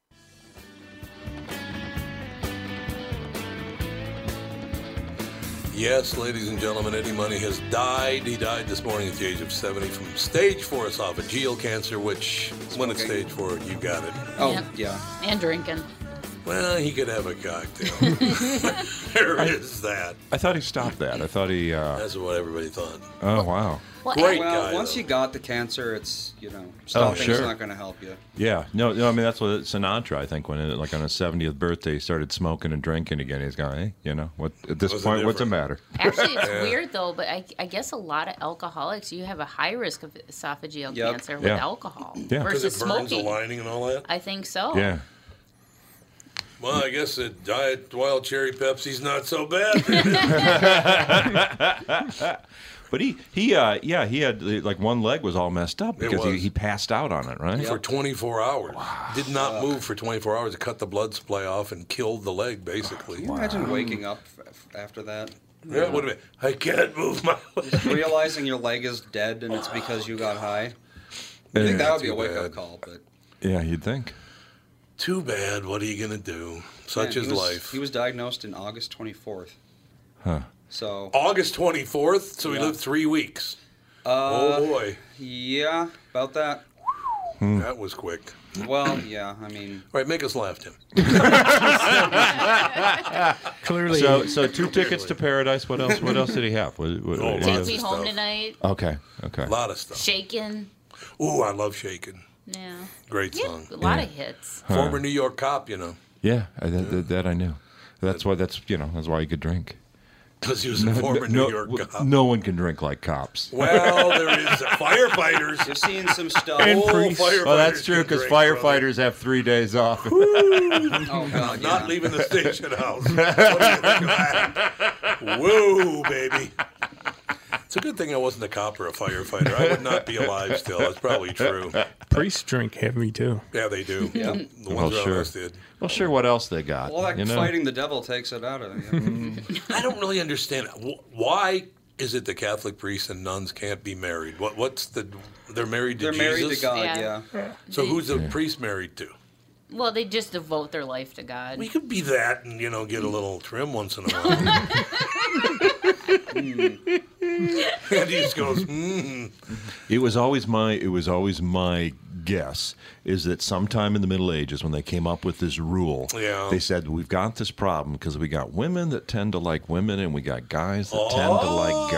[SPEAKER 1] Yes, ladies and gentlemen, Eddie Money has died. He died this morning at the age of 70 from stage 4 esophageal cancer, which, when it's
[SPEAKER 3] Smoking.
[SPEAKER 1] stage 4, you got it.
[SPEAKER 3] Oh,
[SPEAKER 2] Yep.
[SPEAKER 3] yeah.
[SPEAKER 2] And drinking.
[SPEAKER 1] Well, he could have a cocktail. there is that.
[SPEAKER 6] I thought he stopped that. I thought he. Uh,
[SPEAKER 1] That's what everybody thought.
[SPEAKER 6] oh wow.
[SPEAKER 2] Well,
[SPEAKER 1] Great
[SPEAKER 2] and-
[SPEAKER 1] guy.
[SPEAKER 3] Well, once
[SPEAKER 1] though. Oh,
[SPEAKER 3] you got the cancer, it's, you know, stopping's
[SPEAKER 6] sure.
[SPEAKER 3] not going to help you.
[SPEAKER 6] Yeah. No. No. I mean, that's what Sinatra. I think when it, like on his seventieth birthday, he started smoking and drinking again. He's going, hey, you know what? At this
[SPEAKER 1] What's the
[SPEAKER 6] point, what's the
[SPEAKER 1] difference?
[SPEAKER 6] matter?
[SPEAKER 2] Actually, it's weird though, but I, I guess a lot of alcoholics, you have a high risk of esophageal
[SPEAKER 3] Yep.
[SPEAKER 2] cancer with
[SPEAKER 6] Yeah.
[SPEAKER 2] alcohol
[SPEAKER 6] Yeah.
[SPEAKER 1] 'Cause
[SPEAKER 2] versus
[SPEAKER 1] it burns the
[SPEAKER 2] smoking.
[SPEAKER 1] lining and all that.
[SPEAKER 2] I think so.
[SPEAKER 6] Yeah.
[SPEAKER 1] Well, I guess the diet wild cherry Pepsi's not so bad.
[SPEAKER 6] But he he uh yeah he had like one leg was all messed up because he,
[SPEAKER 1] was.
[SPEAKER 6] he passed out on it right.
[SPEAKER 1] for 24 hours. Did not move for 24 hours. It cut the blood supply off and killed the leg, basically.
[SPEAKER 3] Can you imagine waking up f- f- after that?
[SPEAKER 1] Yeah, wait a minute. I can't move my [LAUGHS] leg.
[SPEAKER 3] Realizing your leg is dead and it's because you got high. I
[SPEAKER 6] Yeah.
[SPEAKER 3] think that would be a
[SPEAKER 1] too
[SPEAKER 3] wake up
[SPEAKER 1] bad.
[SPEAKER 3] call, but.
[SPEAKER 6] Yeah, you'd think.
[SPEAKER 1] Too bad. What are you going to do? Such
[SPEAKER 3] Man, he
[SPEAKER 1] is
[SPEAKER 3] was-
[SPEAKER 1] life.
[SPEAKER 3] He was diagnosed in August 24th.
[SPEAKER 6] Huh.
[SPEAKER 3] So,
[SPEAKER 1] August 24th, so he
[SPEAKER 3] Yeah.
[SPEAKER 1] lived three weeks.
[SPEAKER 3] uh,
[SPEAKER 1] oh, boy.
[SPEAKER 3] yeah, about that.
[SPEAKER 1] That was quick.
[SPEAKER 3] Well, yeah, I mean,
[SPEAKER 1] All right, make us laugh, Tim.
[SPEAKER 5] Clearly,
[SPEAKER 6] So so two tickets to paradise. What else? What else did he have? What, what,
[SPEAKER 1] Oh, wow.
[SPEAKER 6] what
[SPEAKER 2] Take
[SPEAKER 6] else?
[SPEAKER 2] me
[SPEAKER 1] Lots of
[SPEAKER 2] home
[SPEAKER 1] stuff.
[SPEAKER 2] tonight.
[SPEAKER 6] okay. Okay.
[SPEAKER 1] A lot of stuff.
[SPEAKER 2] Shaken.
[SPEAKER 1] Ooh, I love Shaking.
[SPEAKER 2] Yeah.
[SPEAKER 1] Great
[SPEAKER 2] Yeah,
[SPEAKER 1] song.
[SPEAKER 2] a lot of hits.
[SPEAKER 1] Former New York cop, you know,
[SPEAKER 6] Yeah, I, that, that, that I knew. That's why. That's you know. That's why he could drink.
[SPEAKER 1] because he was a former
[SPEAKER 6] no,
[SPEAKER 1] New York
[SPEAKER 6] w-
[SPEAKER 1] cop.
[SPEAKER 6] no one can drink like cops.
[SPEAKER 1] Well, there is firefighters.
[SPEAKER 3] [LAUGHS] you've seen some stuff.
[SPEAKER 1] And
[SPEAKER 3] oh,
[SPEAKER 1] priests.
[SPEAKER 3] fire-
[SPEAKER 6] Well, that's
[SPEAKER 1] Firefighters
[SPEAKER 6] true
[SPEAKER 1] can
[SPEAKER 6] because
[SPEAKER 1] drink, brother.
[SPEAKER 6] firefighters have three days off. [LAUGHS]
[SPEAKER 3] oh, God,
[SPEAKER 1] Not
[SPEAKER 3] yeah.
[SPEAKER 1] leaving the station house. What do you think of that? Whoa, baby. It's a good thing I wasn't a cop or a firefighter. I would not be alive still. That's probably true.
[SPEAKER 5] priests drink heavy too.
[SPEAKER 1] Yeah, they do.
[SPEAKER 3] Yeah.
[SPEAKER 1] The
[SPEAKER 6] Well,
[SPEAKER 1] ones around
[SPEAKER 6] sure.
[SPEAKER 1] us did.
[SPEAKER 6] well, sure. What else they got?
[SPEAKER 3] Well, that
[SPEAKER 6] you know?
[SPEAKER 3] fighting the devil takes it out of you.
[SPEAKER 1] Mm-hmm. I don't really understand wh- why is it the Catholic priests and nuns can't be married? What what's the they're married to
[SPEAKER 3] They're
[SPEAKER 1] Jesus?
[SPEAKER 3] married to God,
[SPEAKER 2] Yeah.
[SPEAKER 3] yeah.
[SPEAKER 1] So who's the priest married to?
[SPEAKER 2] Well, they just devote their life to God.
[SPEAKER 1] We could be that and you know get a little trim once in a while. and he just goes, mm.
[SPEAKER 6] It was always my it was always my guess is that sometime in the Middle Ages when they came up with this rule,
[SPEAKER 1] Yeah.
[SPEAKER 6] they said we've got this problem because we got women that tend to like women and we got guys that tend to like
[SPEAKER 1] Oh,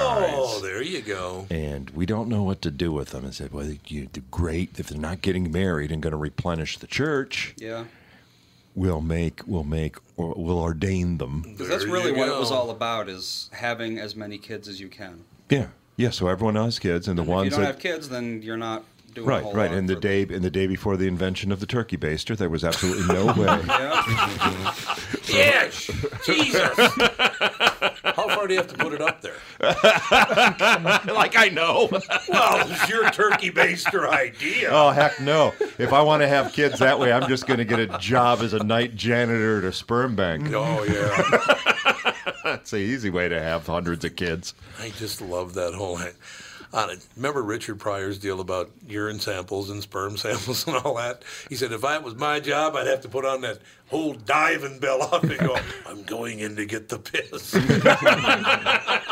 [SPEAKER 6] guys.
[SPEAKER 1] there you go.
[SPEAKER 6] And we don't know what to do with them. And said, well, you, the great if they're not getting married and going to replenish the church,
[SPEAKER 3] Yeah.
[SPEAKER 6] we'll make we'll make or we'll ordain them.
[SPEAKER 3] Because that's
[SPEAKER 1] There
[SPEAKER 3] really
[SPEAKER 1] you
[SPEAKER 3] what it was
[SPEAKER 1] go.
[SPEAKER 3] all about is having as many kids as you can.
[SPEAKER 6] Yeah, yeah. So everyone has kids, and the
[SPEAKER 3] If you
[SPEAKER 6] ones
[SPEAKER 3] don't
[SPEAKER 6] that
[SPEAKER 3] have kids, then you're not doing a
[SPEAKER 6] right,
[SPEAKER 3] whole
[SPEAKER 6] right.
[SPEAKER 3] lot
[SPEAKER 6] And the
[SPEAKER 3] for-
[SPEAKER 6] day and the day before the invention of the turkey baster, there was absolutely no
[SPEAKER 3] [LAUGHS]
[SPEAKER 6] way.
[SPEAKER 3] [LAUGHS] Yeah.
[SPEAKER 1] Yes, Jesus. How far do you have to put it up [LAUGHS] there?
[SPEAKER 6] like I know.
[SPEAKER 1] [LAUGHS] Well, it's your turkey baster idea.
[SPEAKER 6] Oh heck no! If I want to have kids that way, I'm just going to get a job as a night janitor at a sperm bank.
[SPEAKER 1] Oh yeah.
[SPEAKER 6] That's the easy way to have hundreds of kids.
[SPEAKER 1] I just love that whole. Uh, remember Richard Pryor's deal about urine samples and sperm [LAUGHS] samples and all that? He said, if that was my job, I'd have to put on that whole diving bell off and go, [LAUGHS] I'm going in to get the piss. [LAUGHS]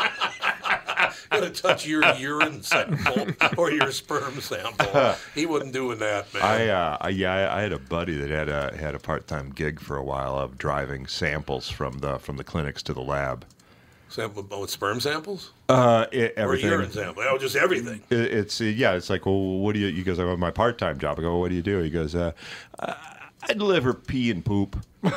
[SPEAKER 1] Gonna touch your urine sample [LAUGHS] or your sperm sample. He wasn't doing that, man.
[SPEAKER 6] I, uh, I yeah, I- I had a buddy that had a had a part time gig for a while of driving samples from the from the clinics to the lab.
[SPEAKER 1] Sample but with sperm samples
[SPEAKER 6] Uh, e-
[SPEAKER 1] or
[SPEAKER 6] everything.
[SPEAKER 1] urine sample? Oh, just
[SPEAKER 6] [LAUGHS]
[SPEAKER 1] everything.
[SPEAKER 6] It- it's uh, yeah. It's like, well, what do you? He goes, I have my part-time job. I go, what do you do? He goes, uh, I I deliver pee and poop.
[SPEAKER 1] Well,
[SPEAKER 6] [LAUGHS]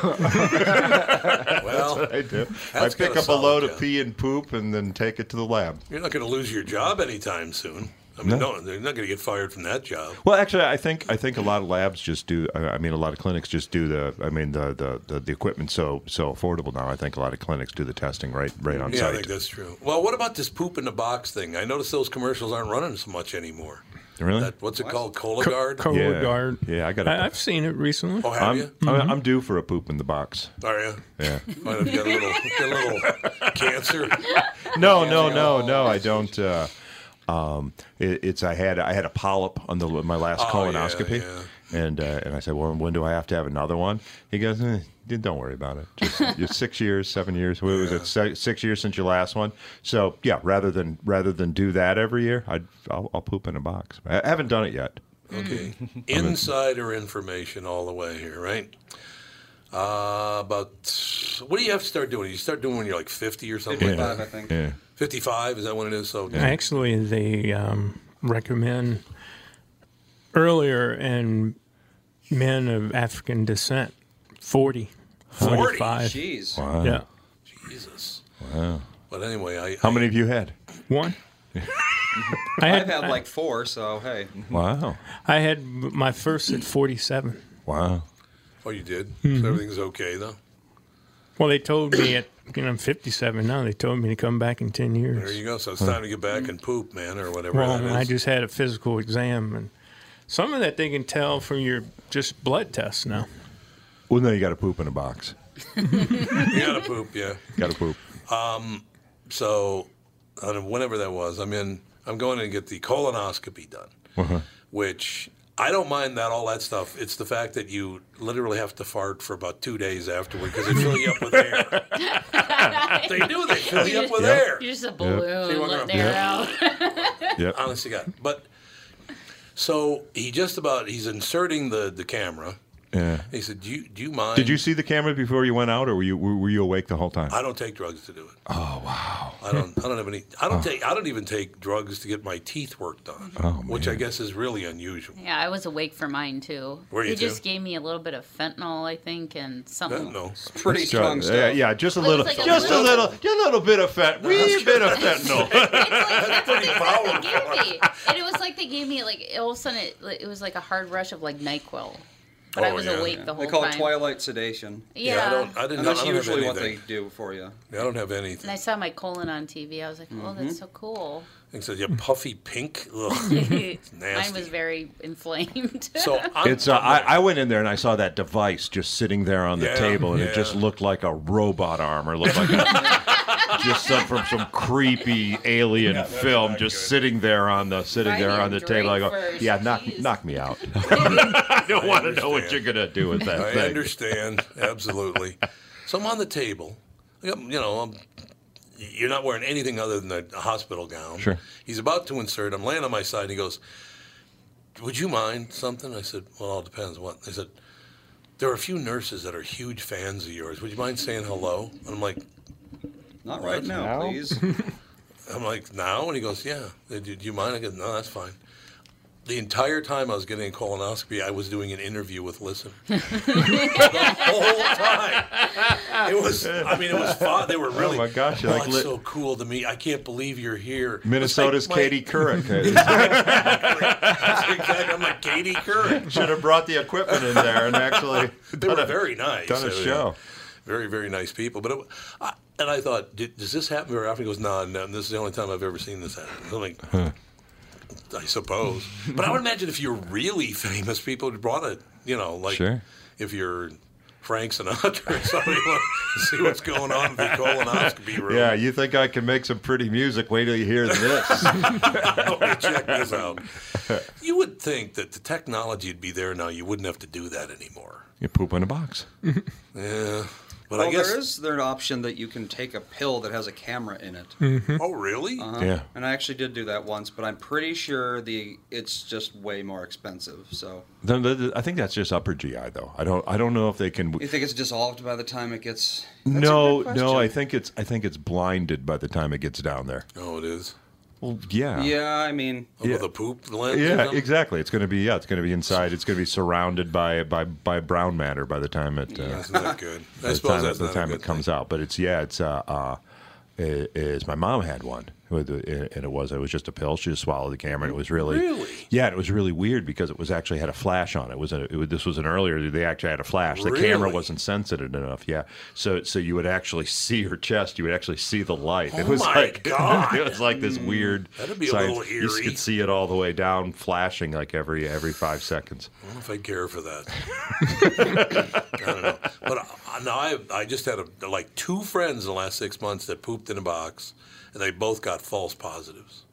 [SPEAKER 6] I do. I
[SPEAKER 1] That's
[SPEAKER 6] pick
[SPEAKER 1] kinda
[SPEAKER 6] up a load
[SPEAKER 1] solid,
[SPEAKER 6] of
[SPEAKER 1] yeah.
[SPEAKER 6] pee and poop and then take it to the lab.
[SPEAKER 1] you're not going to lose your job anytime soon. I mean, no, they're not going to get fired from that job.
[SPEAKER 6] Well, actually, I think I think a lot of labs just do. I I mean, a lot of clinics just do the. I mean, the the, the, the equipment so so affordable now. I think a lot of clinics do the testing right right on
[SPEAKER 1] Yeah, I
[SPEAKER 6] site.
[SPEAKER 1] think that's true. Well, what about this poop in the box thing? I notice those commercials aren't running so much anymore.
[SPEAKER 6] Really?
[SPEAKER 1] That, what's it called? Cologuard?
[SPEAKER 5] Co-
[SPEAKER 6] yeah.
[SPEAKER 5] guard.
[SPEAKER 6] Yeah, I got.
[SPEAKER 5] I, I've seen it recently.
[SPEAKER 1] oh, have
[SPEAKER 6] I'm,
[SPEAKER 1] you?
[SPEAKER 6] I'm I'm due for a poop in the box.
[SPEAKER 1] Are you?
[SPEAKER 6] Yeah.
[SPEAKER 1] [LAUGHS] Might have got a little, got a
[SPEAKER 6] [LAUGHS]
[SPEAKER 1] little cancer.
[SPEAKER 6] No, no, no, no. I don't. Uh, um, it, it's I had I had a polyp on the my last
[SPEAKER 1] Oh, yeah,
[SPEAKER 6] colonoscopy, and uh, and I said, well, when do I have to have another one? He goes, eh, dude, don't worry about it.
[SPEAKER 1] [LAUGHS]
[SPEAKER 6] Just you're six years, seven years. What was it? Se- six years since your last one. So yeah, rather than rather than do that every year, I'd, I'll, I'll poop in a box. I haven't done it yet.
[SPEAKER 1] Okay. Insider information all the way here, right? Uh, about what do you have to start doing? You start doing when you're like 50 or something like
[SPEAKER 3] Five, I
[SPEAKER 1] that.
[SPEAKER 3] think.
[SPEAKER 6] Yeah.
[SPEAKER 1] 55 is that when it is? So
[SPEAKER 5] Actually, they um, recommend earlier in men of African descent, 40, 45.
[SPEAKER 3] Jeez.
[SPEAKER 5] Yeah.
[SPEAKER 1] Jesus. Wow. But anyway, I,
[SPEAKER 6] How many have you had?
[SPEAKER 1] [LAUGHS]
[SPEAKER 5] One. I
[SPEAKER 3] I've
[SPEAKER 5] had,
[SPEAKER 3] had like four, so hey.
[SPEAKER 6] Wow.
[SPEAKER 5] I had my first at 47.
[SPEAKER 6] Wow.
[SPEAKER 1] Oh, you did.
[SPEAKER 6] Mm-hmm.
[SPEAKER 1] So everything's okay though.
[SPEAKER 5] Well, they told me at, you know, I'm 57 now, they told me to come back in 10
[SPEAKER 1] There
[SPEAKER 5] years.
[SPEAKER 1] you go. So it's time to get back and poop, man, or whatever.
[SPEAKER 5] Well,
[SPEAKER 1] that
[SPEAKER 5] and
[SPEAKER 1] is.
[SPEAKER 5] I just had a physical exam, and some of that they can tell from your just blood tests now.
[SPEAKER 6] Well, no, you got to poop in a box.
[SPEAKER 1] you gotta poop, yeah.
[SPEAKER 6] Got
[SPEAKER 1] [LAUGHS]
[SPEAKER 6] to poop.
[SPEAKER 1] So, I don't- whenever that was, I'm in. I'm going to get the colonoscopy done, which I don't mind that all that stuff. It's the fact that you literally have to fart for about two days afterward because they fill you up with air. they do. They fill you up with air.
[SPEAKER 2] You're just a balloon
[SPEAKER 1] See, we're
[SPEAKER 2] letting
[SPEAKER 1] gonna-
[SPEAKER 2] air out.
[SPEAKER 6] Yep.
[SPEAKER 1] Honest to God. But so he just about he's inserting the the camera.
[SPEAKER 6] Yeah.
[SPEAKER 1] He said, "Do you do you mind?"
[SPEAKER 6] Did you see the camera before you went out, or were you were were you awake the whole time?
[SPEAKER 1] I don't take drugs to do it. Oh wow. I don't. I don't have any. I don't take. I don't even take drugs to get my teeth worked on, which I guess is really unusual.
[SPEAKER 2] Yeah, I was awake for mine too.
[SPEAKER 1] Were you
[SPEAKER 2] they just
[SPEAKER 1] too?
[SPEAKER 2] gave me a little bit of fentanyl, I think, and
[SPEAKER 1] I
[SPEAKER 2] something.
[SPEAKER 1] don't know.
[SPEAKER 3] Pretty
[SPEAKER 6] Sure.
[SPEAKER 3] strong stuff.
[SPEAKER 6] uh, Yeah, yeah, just a
[SPEAKER 2] Well,
[SPEAKER 6] little,
[SPEAKER 2] it's like a
[SPEAKER 6] just a
[SPEAKER 2] little-
[SPEAKER 6] little, just a little bit of fent, wee bit of
[SPEAKER 1] [LAUGHS]
[SPEAKER 6] fentanyl.
[SPEAKER 2] That's what they fucking gave me. And it was like they gave me like all of a sudden it, like, it was like a hard rush of like Nyquil, but I
[SPEAKER 1] Oh,
[SPEAKER 2] was
[SPEAKER 1] yeah.
[SPEAKER 2] awake the whole
[SPEAKER 3] They call
[SPEAKER 2] time.
[SPEAKER 3] it twilight sedation.
[SPEAKER 2] Yeah.
[SPEAKER 1] I don't. I didn't.
[SPEAKER 3] And
[SPEAKER 1] I
[SPEAKER 3] that's
[SPEAKER 1] don't have
[SPEAKER 3] usually what they
[SPEAKER 1] anything.
[SPEAKER 3] do for you.
[SPEAKER 1] I don't have
[SPEAKER 2] and
[SPEAKER 1] anything.
[SPEAKER 2] I saw my colon on TV. I was like, "Oh,
[SPEAKER 3] Mm-hmm.
[SPEAKER 2] that's so
[SPEAKER 1] [LAUGHS]
[SPEAKER 2] cool."
[SPEAKER 1] He said, "You puffy pink." Ugh,
[SPEAKER 2] [LAUGHS] Mine was very inflamed. [LAUGHS]
[SPEAKER 1] so I'm,
[SPEAKER 6] It's. Uh, I, I went in there and I saw that device just sitting there on the
[SPEAKER 1] Yeah,
[SPEAKER 6] table, and it
[SPEAKER 1] yeah.
[SPEAKER 6] just looked like a robot arm, or looked
[SPEAKER 1] [LAUGHS]
[SPEAKER 6] like a, just some from some creepy alien film, just sitting there on the sitting
[SPEAKER 2] Buy
[SPEAKER 6] there
[SPEAKER 2] me a
[SPEAKER 6] on the table. I
[SPEAKER 2] drink
[SPEAKER 6] go,
[SPEAKER 2] first,
[SPEAKER 6] yeah, knock
[SPEAKER 2] jeez."
[SPEAKER 6] knock
[SPEAKER 2] [LAUGHS]
[SPEAKER 6] me out. [LAUGHS] I don't want to know what you're
[SPEAKER 1] understand.
[SPEAKER 6] gonna do with that
[SPEAKER 1] I
[SPEAKER 6] thing.
[SPEAKER 1] understand absolutely. So I'm on the table. I got- You know, I'm, you're not wearing anything other than a hospital gown.
[SPEAKER 6] Sure.
[SPEAKER 1] He's about to insert. I'm laying on my side. and He goes, "Would you mind something?" I said, "Well, it all depends." What they said. There are a few nurses that are huge fans of yours. Would you mind saying hello? And I'm like,
[SPEAKER 3] Not right now,
[SPEAKER 6] Now? [LAUGHS]
[SPEAKER 3] please.
[SPEAKER 1] I'm like, now? And he goes, yeah. Do, do you mind? I go, no, that's fine. The entire time I was getting a colonoscopy, I was doing an interview with Listen. the whole time. It was, I mean, it was fun. They were really,
[SPEAKER 6] my gosh,
[SPEAKER 1] oh,
[SPEAKER 6] like
[SPEAKER 1] it's
[SPEAKER 6] li-
[SPEAKER 1] so cool to me. I can't believe you're here.
[SPEAKER 6] Minnesota's
[SPEAKER 1] It's like,
[SPEAKER 6] Katie Couric.
[SPEAKER 1] [LAUGHS] That's exactly, I'm like, Katie Couric.
[SPEAKER 6] Should have brought the equipment in there and [LAUGHS] actually
[SPEAKER 1] They were very nice.
[SPEAKER 6] done a
[SPEAKER 1] Uh,
[SPEAKER 6] show.
[SPEAKER 1] Very, very nice people. But it, wa- I, and I thought, "Did- does this happen very often? He goes, no, no, this is the only time I've ever seen this happen. I'm like, I suppose. But I would imagine if you're really famous, people would brought it. You know, like
[SPEAKER 6] Sure.
[SPEAKER 1] if you're Frank Sinatra or somebody, want to see what's going on in the colonoscopy room. [LAUGHS]
[SPEAKER 6] Yeah, you think I can make some pretty music? Wait till you hear this.
[SPEAKER 1] Oh, check this out. You would think that the technology would be there now. You wouldn't have to do that anymore.
[SPEAKER 6] you poop in a box.
[SPEAKER 1] Yeah. But
[SPEAKER 3] well,
[SPEAKER 1] I guess.
[SPEAKER 3] Oh, there is there an option that you can take a pill that has a camera in it.
[SPEAKER 6] Mm-hmm.
[SPEAKER 1] Oh, really?
[SPEAKER 3] Uh-huh.
[SPEAKER 6] Yeah.
[SPEAKER 3] And I actually did do that once, but I'm pretty sure the it's just way more expensive. So
[SPEAKER 6] Then the- the- I think that's just upper GI though. I don't. I don't know if they can.
[SPEAKER 3] you think it's dissolved by the time it gets? That's a
[SPEAKER 6] No,
[SPEAKER 3] good
[SPEAKER 6] no. I
[SPEAKER 3] question.
[SPEAKER 6] think it's. I think it's blinded by the time it gets down there.
[SPEAKER 1] Oh, it is.
[SPEAKER 6] Well, yeah.
[SPEAKER 3] Yeah, I mean,
[SPEAKER 1] Oh, With a poop lens. or
[SPEAKER 6] Yeah,
[SPEAKER 1] something?
[SPEAKER 6] exactly. It's going to be yeah. It's going to be inside. It's going to be surrounded by by by brown matter by the time it. Uh,
[SPEAKER 1] That's
[SPEAKER 6] [LAUGHS]
[SPEAKER 1] not good. I
[SPEAKER 6] by the
[SPEAKER 1] suppose
[SPEAKER 6] time,
[SPEAKER 1] that's
[SPEAKER 6] by the
[SPEAKER 1] not a
[SPEAKER 6] time
[SPEAKER 1] good
[SPEAKER 6] it comes
[SPEAKER 1] thing.
[SPEAKER 6] out. But it's yeah, it's uh, uh i- is my mom had one with the- and it was it was just a pill. She just swallowed the camera. And it was really
[SPEAKER 1] Really?
[SPEAKER 6] yeah, and it was really weird because it was actually had a flash on it. it was a, it was, this was an earlier they actually had a flash. The camera
[SPEAKER 1] Really?
[SPEAKER 6] wasn't sensitive enough. Yeah, so so you would actually see her chest. You would actually see the light. it
[SPEAKER 1] Oh
[SPEAKER 6] was
[SPEAKER 1] my
[SPEAKER 6] like [LAUGHS]
[SPEAKER 1] God. Mm.
[SPEAKER 6] it was like this weird.
[SPEAKER 1] That'd be a
[SPEAKER 6] science-
[SPEAKER 1] little
[SPEAKER 6] You
[SPEAKER 1] eerie.
[SPEAKER 6] could see it all the way down, flashing like every every five seconds.
[SPEAKER 1] I don't know if I care for that.
[SPEAKER 6] [LAUGHS]
[SPEAKER 1] I don't know. But uh, no, I, I just had a, like two friends in the last six months that pooped in a box, and they both got false positives.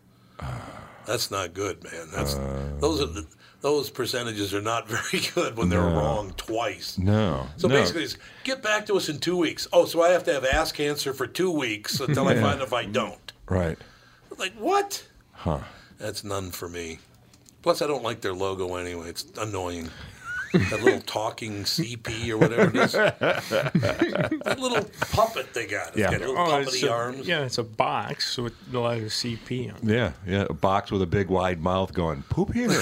[SPEAKER 6] Ah.
[SPEAKER 1] That's not good, man. That's
[SPEAKER 6] Uh.
[SPEAKER 1] those are the, those percentages are not [LAUGHS] very good when they're wrong twice.
[SPEAKER 6] No,
[SPEAKER 1] So
[SPEAKER 6] no.
[SPEAKER 1] basically, it's get back to us in two weeks. Oh, so I have to have ass cancer for two weeks until
[SPEAKER 6] [LAUGHS]
[SPEAKER 1] I find if I don't.
[SPEAKER 6] right.
[SPEAKER 1] Like what? Huh? That's none for me. Plus, I don't like their logo anyway. It's annoying. that little talking CP or whatever it is. that little puppet they got. It's
[SPEAKER 6] Yeah.
[SPEAKER 1] got little
[SPEAKER 5] Oh, it's
[SPEAKER 1] puppety
[SPEAKER 5] a,
[SPEAKER 1] arms.
[SPEAKER 5] Yeah, it's a box with the letter CP on it.
[SPEAKER 6] Yeah, yeah, a box with a big wide mouth going poop [LAUGHS] here.
[SPEAKER 1] God,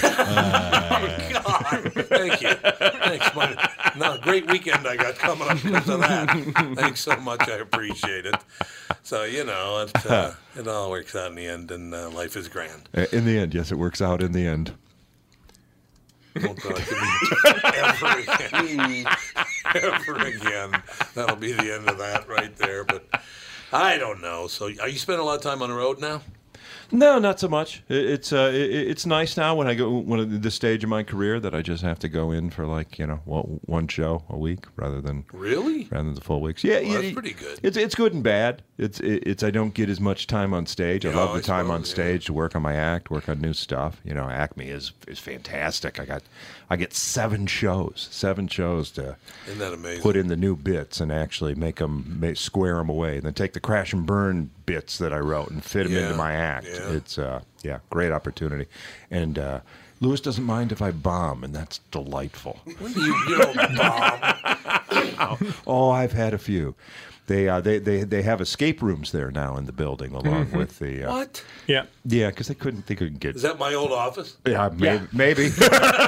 [SPEAKER 1] [LAUGHS] thank you. Thanks, Mike. No, great weekend I got coming up because of that. Thanks so much. I appreciate it. So, you know, it, uh, it all works out in the end, and uh, life is grand.
[SPEAKER 6] in the end, yes, it works out. In the end,
[SPEAKER 1] Won't go to the- ever again.
[SPEAKER 3] Mm,
[SPEAKER 1] ever again. That'll be the end of that right there. But I don't know. So, are you spending a lot of time on the road now?
[SPEAKER 6] no, not so much. It, it's uh, it, it's nice now when I go when at the stage of my career that I just have to go in for like you know one, one show a week rather than
[SPEAKER 1] Really?
[SPEAKER 6] rather than the full weeks. Yeah,
[SPEAKER 1] Well, that's
[SPEAKER 6] it-
[SPEAKER 1] pretty good.
[SPEAKER 6] It's it's good and bad. It's it, it's I don't get as much time on stage. I
[SPEAKER 1] Yeah,
[SPEAKER 6] love
[SPEAKER 1] I
[SPEAKER 6] the time on
[SPEAKER 1] suppose, yeah.
[SPEAKER 6] stage to work on my act, work on new stuff. You know, Acme is is fantastic. I got I get seven shows, seven shows to
[SPEAKER 1] Isn't that amazing?
[SPEAKER 6] put in the new bits and actually make them make, square them away, and then take the crash and burn bits that I wrote and fit them
[SPEAKER 1] Yeah,
[SPEAKER 6] into my act.
[SPEAKER 1] yeah.
[SPEAKER 6] It's uh, yeah, great opportunity, and uh, Lewis doesn't mind if I bomb, and that's
[SPEAKER 1] [LAUGHS]
[SPEAKER 6] delightful.
[SPEAKER 1] When do you, you don't bomb.
[SPEAKER 6] oh, I've had a few. They, uh, they they they have escape rooms there now in the building along with the uh,
[SPEAKER 1] Mm-hmm. What?
[SPEAKER 5] Yeah.
[SPEAKER 6] yeah because they couldn't they couldn't get
[SPEAKER 1] Is that my old office?
[SPEAKER 6] yeah
[SPEAKER 5] Yeah.
[SPEAKER 6] maybe, maybe.
[SPEAKER 1] [LAUGHS]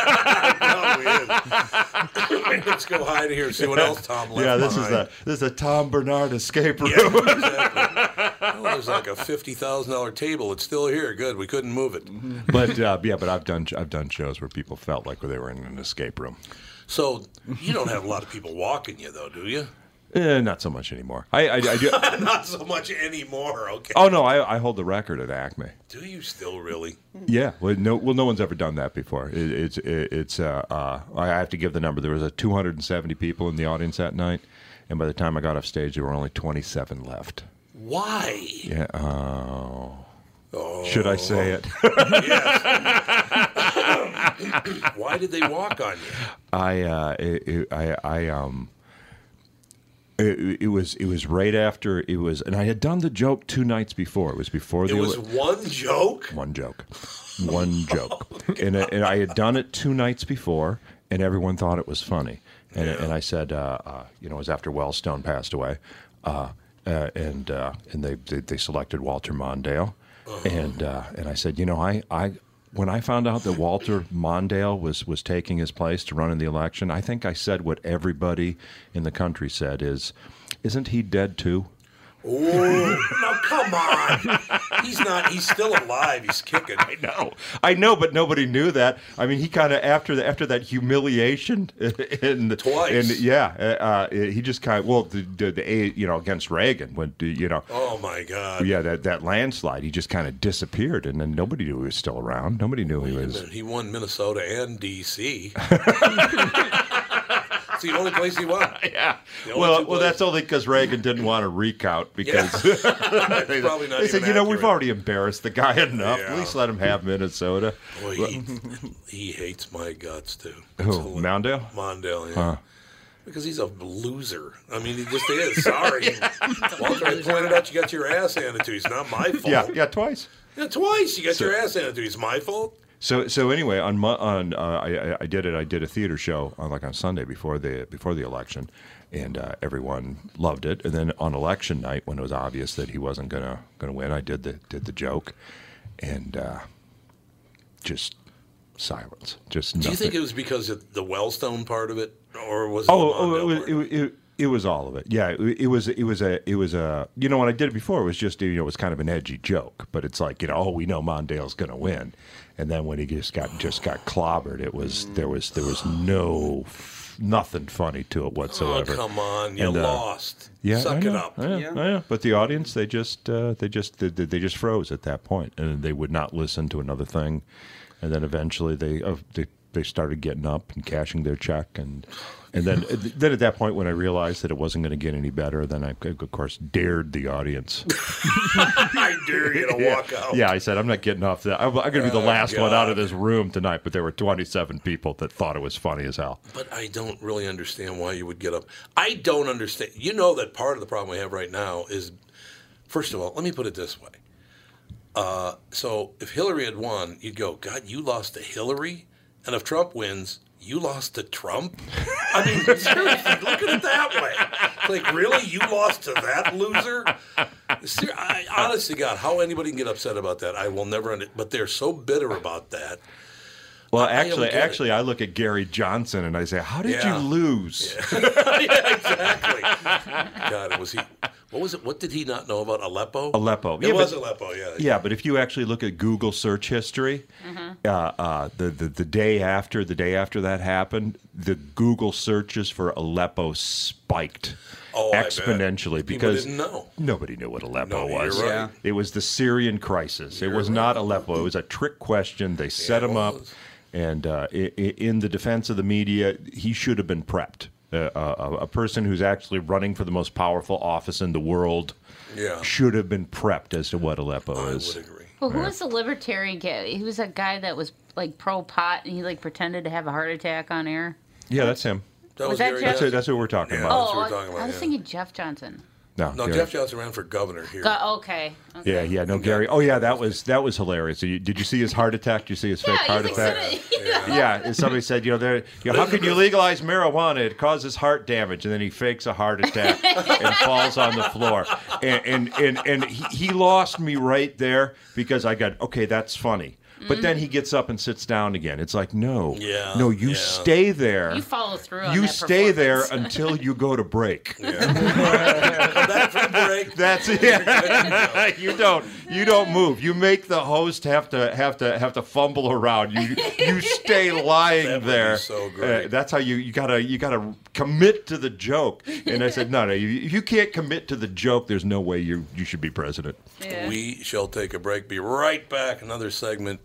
[SPEAKER 1] No, it is. [LAUGHS] Let's go hide here and see what else Tom left
[SPEAKER 6] yeah this is
[SPEAKER 1] behind.
[SPEAKER 6] the this is the Tom Bernard escape room
[SPEAKER 1] [LAUGHS] Yeah, exactly. Oh, there's like a fifty thousand dollar table. It's still here. Good. We couldn't move it.
[SPEAKER 6] but uh, yeah but I've done I've done shows where people felt like they were in an escape room
[SPEAKER 1] So you don't have a lot of people walking you, though, do
[SPEAKER 6] [LAUGHS]
[SPEAKER 1] you?
[SPEAKER 6] Eh, not so much anymore. I,
[SPEAKER 1] [LAUGHS]
[SPEAKER 6] I, I do.
[SPEAKER 1] Not so much anymore. Okay.
[SPEAKER 6] oh no, I, I hold the record at Acme.
[SPEAKER 1] Do you still really?
[SPEAKER 6] Yeah, well, no, well, no one's ever done that before. It, it's it, it's uh, uh, I have to give the number. There was a 270 people in the audience that night, and by the time I got off stage, there were only 27 left.
[SPEAKER 1] Why?
[SPEAKER 6] Yeah. Oh.
[SPEAKER 1] Oh.
[SPEAKER 6] Should I say it? [LAUGHS]
[SPEAKER 1] Yes. Why did they walk on
[SPEAKER 6] [LAUGHS]
[SPEAKER 1] you?
[SPEAKER 6] I uh, it, it, I I um. It, it was it was right after it was, and I had done the joke two nights before. It was before the
[SPEAKER 1] It was
[SPEAKER 6] ele-
[SPEAKER 1] one joke.
[SPEAKER 6] One joke. One joke. and, I- and I had done it two nights before, and everyone thought it was funny. And, and I said, uh, uh, you know, it was after Wellstone passed away, uh, uh, and uh, and they, they they selected Walter Mondale, and uh, and I said, you know, I I. When I found out that Walter Mondale was, was taking his place to run in the election, I think I said what everybody in the country said is, isn't he dead too?
[SPEAKER 1] Ooh, no, come on. He's not. He's still alive. He's kicking. I know.
[SPEAKER 6] I know, but nobody knew that. I mean, he kind of after the, after that humiliation [LAUGHS] in the
[SPEAKER 1] Twice.
[SPEAKER 6] and yeah, uh, uh, he just kind of well the, the the A, you know against Reagan when you know
[SPEAKER 1] Oh my God.
[SPEAKER 6] yeah that that landslide he just kind of disappeared and then nobody knew he was still around. Nobody knew he was.
[SPEAKER 1] He won Minnesota and
[SPEAKER 6] [LAUGHS]
[SPEAKER 1] D.C. it's the only place he won. Yeah.
[SPEAKER 6] Well, well, that's only because Reagan didn't want to
[SPEAKER 1] [LAUGHS]
[SPEAKER 6] recount because
[SPEAKER 1] probably not.
[SPEAKER 6] [LAUGHS] they
[SPEAKER 1] even
[SPEAKER 6] said, you know, we've
[SPEAKER 1] accurate.
[SPEAKER 6] already embarrassed the guy enough.
[SPEAKER 1] Yeah.
[SPEAKER 6] At least let him have Minnesota.
[SPEAKER 1] Boy, he, he hates my guts too. It's
[SPEAKER 6] Who,
[SPEAKER 1] hilarious.
[SPEAKER 6] Mondale?
[SPEAKER 1] Mondale, yeah. Because he's a loser. I mean, he just is. Sorry. Walter, I pointed out you got your ass handed to you. It's not my fault.
[SPEAKER 6] Yeah, yeah, twice.
[SPEAKER 1] Yeah, twice you got your ass handed to you. It's my fault.
[SPEAKER 6] So so anyway, on Mo- on uh, I, I- I did it. I did a theater show on like on Sunday before the before the election, and uh, everyone loved it. And then on election night, when it was obvious that he wasn't gonna gonna win, I did the did the joke, and uh, just silence, just
[SPEAKER 1] Do
[SPEAKER 6] nothing.
[SPEAKER 1] you think it was because of the Wellstone part of it, or was it
[SPEAKER 6] Oh,
[SPEAKER 1] the
[SPEAKER 6] oh,
[SPEAKER 1] Mondale
[SPEAKER 6] it was,
[SPEAKER 1] part?
[SPEAKER 6] it, it, it was all of it. Yeah, it, it was. It was a. It was a. You know, when I did it before, it was just you know, it was kind of an edgy joke, but it's like you know, oh, we know Mondale's going to win, and then when he just got just got clobbered, it was there was there was no nothing funny to it
[SPEAKER 1] Oh,
[SPEAKER 6] whatsoever.
[SPEAKER 1] come on, you
[SPEAKER 6] And, uh,
[SPEAKER 1] lost.
[SPEAKER 6] Yeah, I
[SPEAKER 1] suck it
[SPEAKER 6] know,
[SPEAKER 1] up.
[SPEAKER 6] I know,
[SPEAKER 3] Yeah.
[SPEAKER 6] I know. But the audience, they just uh, they just they, they just froze at that point, and they would not listen to another thing, and then eventually they uh, they they started getting up and cashing their check, and and then then at that point when I realized that it wasn't going to get any better, then I of course dared the [LAUGHS] audience.
[SPEAKER 1] [LAUGHS] I dare you to walk out.
[SPEAKER 6] [LAUGHS] yeah, I said I'm not getting off that. I'm, I'm going to be the last one out
[SPEAKER 1] God.
[SPEAKER 6] of this room tonight. But there were 27 people that thought it was funny as hell.
[SPEAKER 1] But I don't really understand why you would get up. I don't understand. You know that part of the problem we have right now is, first of all, let me put it this way. Uh, so if Hillary had won, you'd go, God, you lost to Hillary, and if Trump wins, you lost to Trump. I mean, [LAUGHS] seriously, look at it that way. Like, really, you lost to that loser? Ser- I, honest to God, how anybody can get upset about that, I will never. Under- but they're so bitter about that.
[SPEAKER 6] Well,
[SPEAKER 1] I don't
[SPEAKER 6] actually,
[SPEAKER 1] get it.
[SPEAKER 6] actually, I look at Gary Johnson and I say, "How did
[SPEAKER 1] Yeah.
[SPEAKER 6] you lose?"
[SPEAKER 1] yeah,
[SPEAKER 6] [LAUGHS]
[SPEAKER 1] exactly. God, it was he? What was it? What did he not know about Aleppo?
[SPEAKER 6] Aleppo.
[SPEAKER 1] It
[SPEAKER 6] Yeah,
[SPEAKER 1] was
[SPEAKER 6] but-
[SPEAKER 1] Aleppo. Yeah.
[SPEAKER 6] Yeah, but if you actually look at Google search history, uh, uh, the, the the day after the day after that happened, the Google searches for Aleppo spiked
[SPEAKER 1] Oh, I bet.
[SPEAKER 6] exponentially
[SPEAKER 1] People
[SPEAKER 6] because
[SPEAKER 1] didn't know.
[SPEAKER 6] nobody knew what
[SPEAKER 1] No,
[SPEAKER 6] Aleppo
[SPEAKER 1] you're
[SPEAKER 6] was.
[SPEAKER 1] right.
[SPEAKER 3] Yeah.
[SPEAKER 6] It was the Syrian crisis. it was not Aleppo. It was a trick question. They set
[SPEAKER 1] it
[SPEAKER 6] him up,
[SPEAKER 1] was.
[SPEAKER 6] and uh, i- i- in the defense of the media, he should have been prepped. Uh, a, a person who's actually running for the most powerful office in the world
[SPEAKER 1] Yeah.
[SPEAKER 6] should have been prepped as to what Aleppo
[SPEAKER 1] I
[SPEAKER 6] is.
[SPEAKER 1] would agree.
[SPEAKER 2] Well, who was the libertarian guy? He was a guy that was like pro pot, and he like pretended to have a heart attack on air.
[SPEAKER 6] Yeah, that's him.
[SPEAKER 1] That was,
[SPEAKER 2] that
[SPEAKER 1] Gary
[SPEAKER 2] Jeff-
[SPEAKER 6] That's,
[SPEAKER 1] Johnson.
[SPEAKER 6] it, that's what we're talking
[SPEAKER 1] Yeah.
[SPEAKER 6] about.
[SPEAKER 1] what
[SPEAKER 2] oh,
[SPEAKER 1] we're
[SPEAKER 2] I-
[SPEAKER 1] talking about,
[SPEAKER 2] I was
[SPEAKER 1] yeah.
[SPEAKER 2] thinking Jeff Johnson.
[SPEAKER 6] No,
[SPEAKER 1] no,
[SPEAKER 6] Gary.
[SPEAKER 1] Jeff Johnson ran for governor here.
[SPEAKER 2] Go- okay. okay.
[SPEAKER 6] Yeah, yeah, no, Gary. Oh, yeah, that was that was hilarious. You- Did you see his heart attack? Did you see his
[SPEAKER 2] Yeah,
[SPEAKER 6] fake
[SPEAKER 2] he's
[SPEAKER 6] heart
[SPEAKER 2] like
[SPEAKER 6] attack?
[SPEAKER 2] [LAUGHS] sitting-
[SPEAKER 6] Yeah, and somebody said, you know, there, you know, how can you legalize marijuana? It causes heart damage, and then he fakes a heart attack
[SPEAKER 2] [LAUGHS]
[SPEAKER 6] and falls on the floor, and and and, and he, he lost me right there because I got okay, that's funny, but then
[SPEAKER 2] Mm-hmm.
[SPEAKER 6] he gets up and sits down again. It's like, no,
[SPEAKER 1] Yeah,
[SPEAKER 6] no, you
[SPEAKER 1] yeah.
[SPEAKER 6] stay there,
[SPEAKER 2] You follow through. On
[SPEAKER 6] You
[SPEAKER 2] that
[SPEAKER 6] stay there
[SPEAKER 2] performance.
[SPEAKER 6] until you go to break. [LAUGHS]
[SPEAKER 1] Come back from break.
[SPEAKER 6] That's it. [LAUGHS] you don't. You don't move. You make the host have to have to have to fumble around. You you stay
[SPEAKER 1] [LAUGHS]
[SPEAKER 6] lying
[SPEAKER 1] That would be
[SPEAKER 6] there.
[SPEAKER 1] so great.
[SPEAKER 6] Uh, that's how you you gotta you gotta commit to the joke. And I said, no, no. You, if you can't commit to the joke, there's no way you you should be president.
[SPEAKER 2] Yeah.
[SPEAKER 1] We shall take a break. Be right back. Another segment.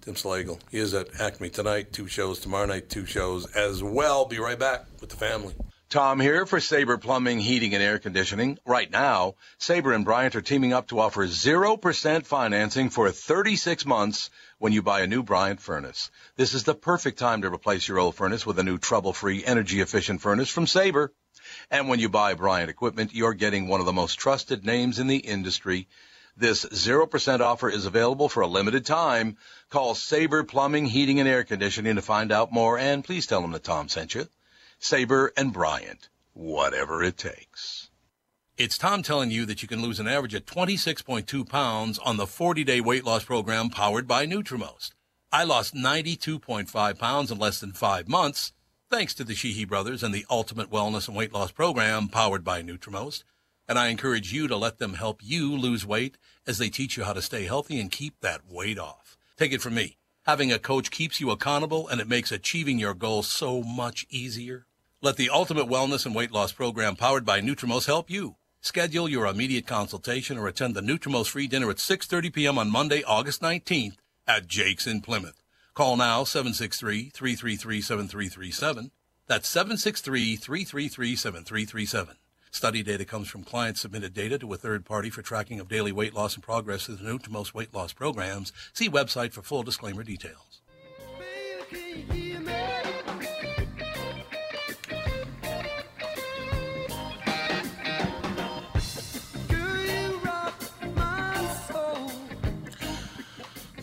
[SPEAKER 1] Tim Slagle. He is at Acme tonight. Two shows tomorrow night. Two shows as well. Be right back with the family.
[SPEAKER 4] Tom here for Sabre Plumbing, Heating, and Air Conditioning. Right now, Sabre and Bryant are teaming up to offer 0% financing for 36 months when you buy a new Bryant furnace. This is the perfect time to replace your old furnace with a new trouble-free, energy-efficient furnace from Sabre. And when you buy Bryant equipment, you're getting one of the most trusted names in the industry. This 0% offer is available for a limited time. Call Sabre Plumbing, Heating, and Air Conditioning to find out more, and please tell them that Tom sent you. Saber and Bryant, whatever it takes. It's Tom telling you that you can lose an average of 26.2 pounds on the 40 day weight loss program powered by Nutrimost. I lost 92.5 pounds in less than five months thanks to the Sheehy brothers and the ultimate wellness and weight loss program powered by Nutrimost. And I encourage you to let them help you lose weight as they teach you how to stay healthy and keep that weight off. Take it from me. Having a coach keeps you accountable and it makes achieving your goals so much easier. Let the Ultimate Wellness and Weight Loss Program powered by Nutrimos help you. Schedule your immediate consultation or attend the Nutrimos free dinner at 6:30 p.m. on Monday, August 19th at Jake's in Plymouth. Call now 763-333-7337. That's 763-333-7337. Study data comes from client submitted data to a third party for tracking of daily weight loss and progress through the Nutrimos weight loss programs. See website for full disclaimer details.